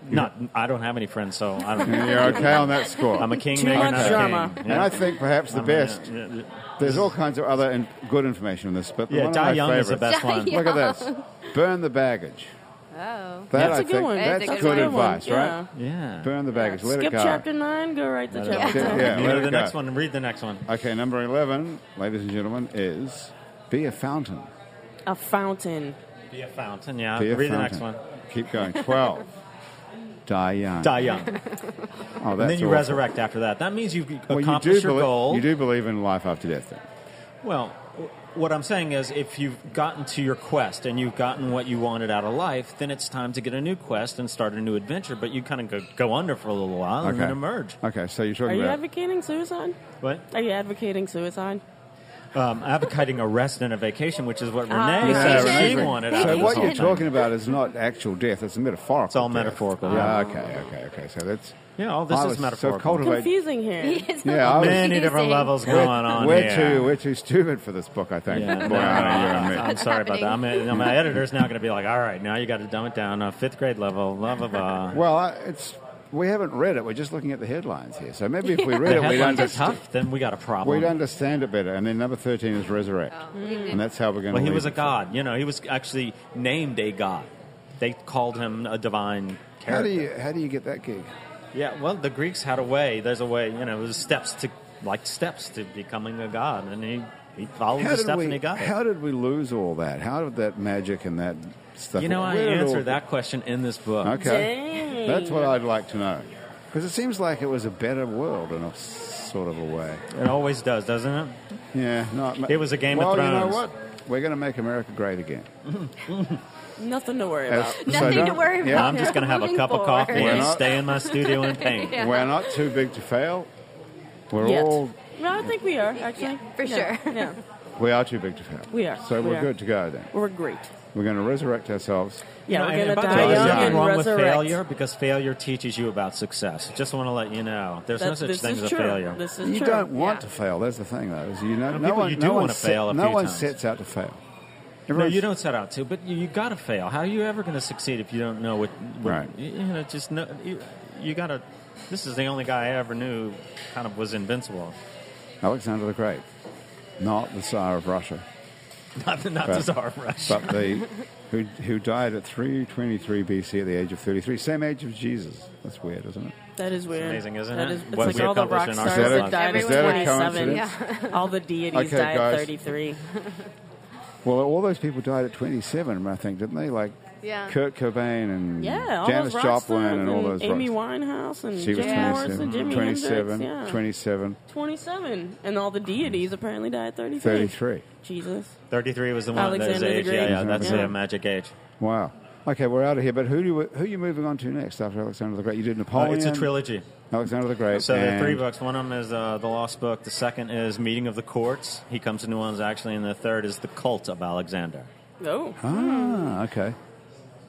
Not. I don't have any friends, so
[LAUGHS]
I don't.
And you're okay on that score.
I'm a king.
Too
making
much
another
drama.
[LAUGHS]
king.
and I think perhaps the
I mean,
best.
yeah, yeah, yeah.
There's all kinds of other in, good information in this, but
Yeah,
one
Die
of my
Young
favorites.
is the best
Die
one.
Young.
Look at this. Burn the baggage.
Oh.
That
That's
I
a good
think,
one.
That's,
That's a
good
good
one,
advice, right?
Yeah.
Burn the baggage. Let
Skip
it go.
chapter nine, go right to chapter
Yeah,
ten.
yeah,
You
let
know
it
the
go.
next one. Read the next one.
Okay, number 11, ladies and gentlemen, is be a fountain.
A fountain.
Be a fountain. Yeah.
Be a
Uh, Read the
fountain.
next one.
Keep going.
[LAUGHS]
12, die young. [LAUGHS]
Die young. and
Oh, that's
then you
awful.
resurrect after that. That means you
Well, you
accomplish
do
your
belie-
goal.
You do believe in life after death. Then.
Well, w- what I'm saying is, if you've gotten to your quest and you've gotten what you wanted out of life, then it's time to get a new quest and start a new adventure. But you kind of go, go under for a little while and then emerge.
Okay, so you're
Are
talking
you
about
advocating suicide?
What?
Are you advocating suicide?
Um, advocating a rest and a vacation, which is what Renee
Ah,
said
vacation.
she wanted. out
So
of this
what
whole
you're
thing.
talking about is not actual death; it's metaphorical.
It's all
death.
metaphorical,
Yeah.
yeah.
Okay. Okay. Okay. So that's.
Yeah, all this
I
is
was-
metaphorical.
So cultivate.
Confusing here.
It's
Yeah, I
a
was-
little
Many different
confusing.
levels going on.
Oh, We're
here.
too we're too stupid for this book, I think.
Yeah,
Boy,
no,
I know you and me.
I'm sorry about that. I'm, now my editor's now going to be like, all right, now you got to dumb it down. Uh, fifth grade level, blah, blah, blah.
Well, I- it's we haven't read it. We're just looking at the headlines here. So maybe if we read
[LAUGHS] the
it, we'd,
headlines are
underst-
tough, then we got a problem.
we'd understand it better. And then number thirteen is resurrect,
Oh.
and that's how we're going.
well,
to
he was a god. You know, he was actually named a god. They called him a divine
How do
character.
you how do you get that gig?
Yeah, well, the Greeks had a way. There's a way, you know, there's steps to, like steps to becoming a god, and he, he followed
How
the
did,
steps
we,
and he got it.
how did we lose all that? How did that magic and that stuff?
you know, I
where did it all-
answer that question in this book.
Okay.
Dang.
That's what I'd like to know. Because it seems like it was a better world in a s- sort of a way.
It always does, doesn't it?
Yeah. Not,
It was a Game of
well, you know
Thrones.
what? We're going to make America great again.
Nothing to worry
As-
about.
so
Nothing to
don't-
worry
yeah,
about.
I'm just going to have a
[LAUGHS]
Moving
cup of
forward.
coffee
Why
and
not?
stay in my studio and paint.
Yeah.
We're not too big to fail. We're
Yet.
all
No, I think we are actually
for
Yeah,
sure.
Yeah,
we are too big to fail.
We are.
So
We
we're
are.
good to go then.
we're great.
We're going to resurrect ourselves.
Yeah,
You know,
we're
and
gonna
by the
die
way,
there's
young
nothing
and
wrong
resurrect.
with failure because failure teaches you about success. Just want to let you know, there's
That-
no such
this
thing
is
as a
true.
failure.
This is
You
true.
don't want
yeah.
to fail. That's the thing, though. Is you know, no
people,
one,
you do
no one
wanna fail a
no
few
one
times.
sets out to fail.
no,
Everyone's-
you don't set out to, but you, you got to fail. How are you ever going to succeed if you don't know what? what
Right.
You, you know, just know, you, you got to. This is the only guy I ever knew, kind of was invincible. [LAUGHS]
Alexander the Great, not the Tsar of Russia,
Not, not
Right.
the Tsar of Russia.
but
[LAUGHS]
the who, who died at 323 BC at the age of 33, same age as Jesus. That's weird, isn't it?
That is weird.
amazing, isn't
That
it?
is- it's
What
like
we
all the
accomplish
rock
in
stars
our
lives.
that died at
Is that a
27.
coincidence?
[LAUGHS] All the deities
Okay,
died
guys.
at 33.
Well, all those people died at 27, I think, didn't they? Like
Yeah.
Kurt Cobain and
Yeah, all
Janis
those rock
Joplin
stars
and all those
Amy
rock-
Winehouse and
She was
Jim Morrison,
27,
Jimi
27,
Hendrix, yeah.
27,
27. And all the deities apparently died at 33.
33.
Jesus.
Thirty-three was the one that was
Alexander the
age. Yeah,
Great.
yeah, that's
Yeah.
the magic age.
Wow. Okay, we're out of here. But who do you, who are you moving on to next after Alexander the Great? You did
Uh,
Napoleon.
it's a trilogy.
Alexander the Great.
So there are
and-
three books. One of them is uh, the Lost Book. The second is Meeting of the Courts. He comes to New Orleans actually, and the third is the Cult of Alexander.
Oh.
Ah, okay.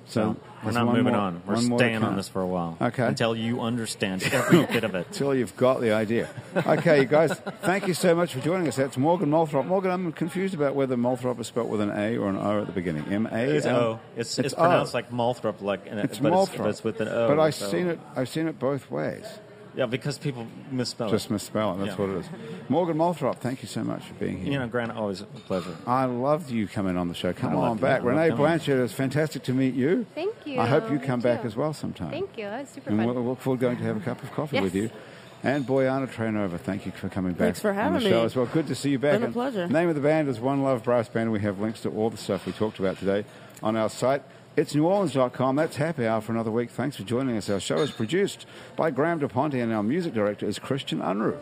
So,
So we're
there's
not
one
moving
more-
on. We're
one more to
staying on
come.
this for a while.
Okay.
Until
[LAUGHS]
you understand every bit of it.
Till you've got the idea. Okay, you guys, [LAUGHS] thank you so much for joining us. That's Morgan Malthrop. Morgan, I'm confused about whether Malthrop is spelled with an A or an O at the beginning. M A.
It's
L?
O. It's, it's,
O.
pronounced like Malthrop, like and
It's
it, but,
Malthrop.
It's, but it's with an O.
But I've
so-
seen it. I've seen it both ways.
Yeah, because people misspell
Just
it.
misspell it. That's
Oh. Yeah.
what it is. Morgan Malthrop, thank you so much for being here.
You know, Grant, always a pleasure.
I loved you coming on the show. Come
I
on
loved you.
back,
I loved
Renee
coming.
Blanchard. It's fantastic to meet you.
Thank you.
I hope you come
Me
back
too.
as well sometime.
Thank you. That was super
And
fun.
we'll we'll look forward to going to have a cup of coffee
Yes.
with you. And Boyana Trainova, thank you for coming back.
Thanks for
on the
having
show
me.
As well. Good to see you back.
Been a
And
pleasure.
Name of the band is One Love Brass Band. We have links to all the stuff we talked about today on our site. It's neworleans.com. That's happy hour for another week. Thanks for joining us. Our show is produced by Graham DePonte, and our music director is Christian Unruh.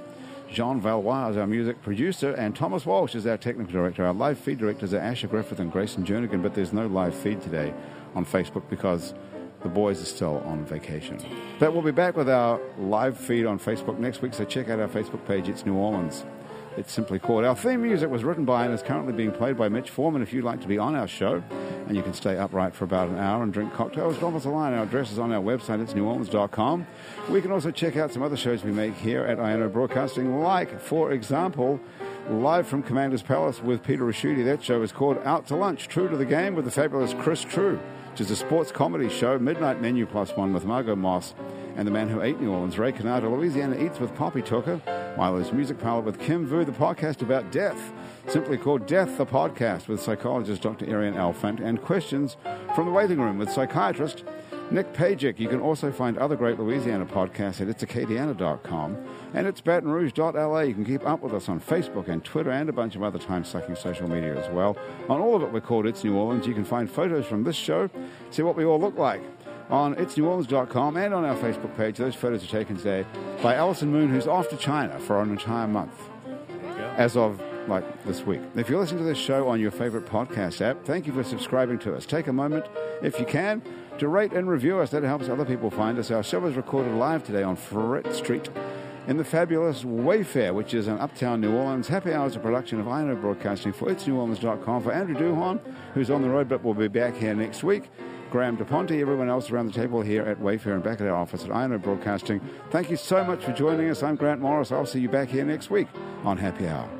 Jean Valois is our music producer, and Thomas Walsh is our technical director. Our live feed directors are Asher Griffith and Grayson Jernigan, but there's no live feed today on Facebook because the boys are still on vacation. But we'll be back with our live feed on Facebook next week, so check out our Facebook page, It's New Orleans. It's simply called. Our theme music was written by and is currently being played by Mitch Foreman. If you'd like to be on our show, and you can stay upright for about an hour and drink cocktails, drop us a line. Our address is on our website, it's neworleans.com. We can also check out some other shows we make here at INO Broadcasting, like, for example, Live from Commander's Palace with Peter Raschuti. That show is called Out to Lunch, True to the Game with the fabulous Chris True, which is a sports comedy show, Midnight Menu Plus One with Margot Moss and the man who ate New Orleans, Ray Canada. Louisiana Eats with Poppy Tucker, Milo's Music Parlor with Kim Vu, the podcast about death, simply called Death the Podcast with psychologist Dr. Arian Alfant, and Questions from the Waiting Room with psychiatrist Nick Pajic. You can also find other great Louisiana podcasts at itsacadiana.com and it's batonrouge.la. You can keep up with us on Facebook and Twitter and a bunch of other time-sucking social media as well. On all of it, we're called It's New Orleans. You can find photos from this show, see what we all look like on itsneworleans.com and on our Facebook page. Those photos are taken today by Alison Moon, who's off to China for an entire month as of like this week. If you're listening to this show on your favorite podcast app, thank you for subscribing to us. Take a moment, if you can, to rate and review us. That helps other people find us. Our show is recorded live today on Fret Street in the fabulous Wayfair, which is in uptown New Orleans. Happy Hours, a production of INO Broadcasting for itsneworleans.com. For Andrew Duhon, who's on the road but will be back here next week. Graham DePonte, everyone else around the table here at Wayfair and back at our office at INO Broadcasting. Thank you so much for joining us. I'm Grant Morris. I'll see you back here next week on Happy Hour.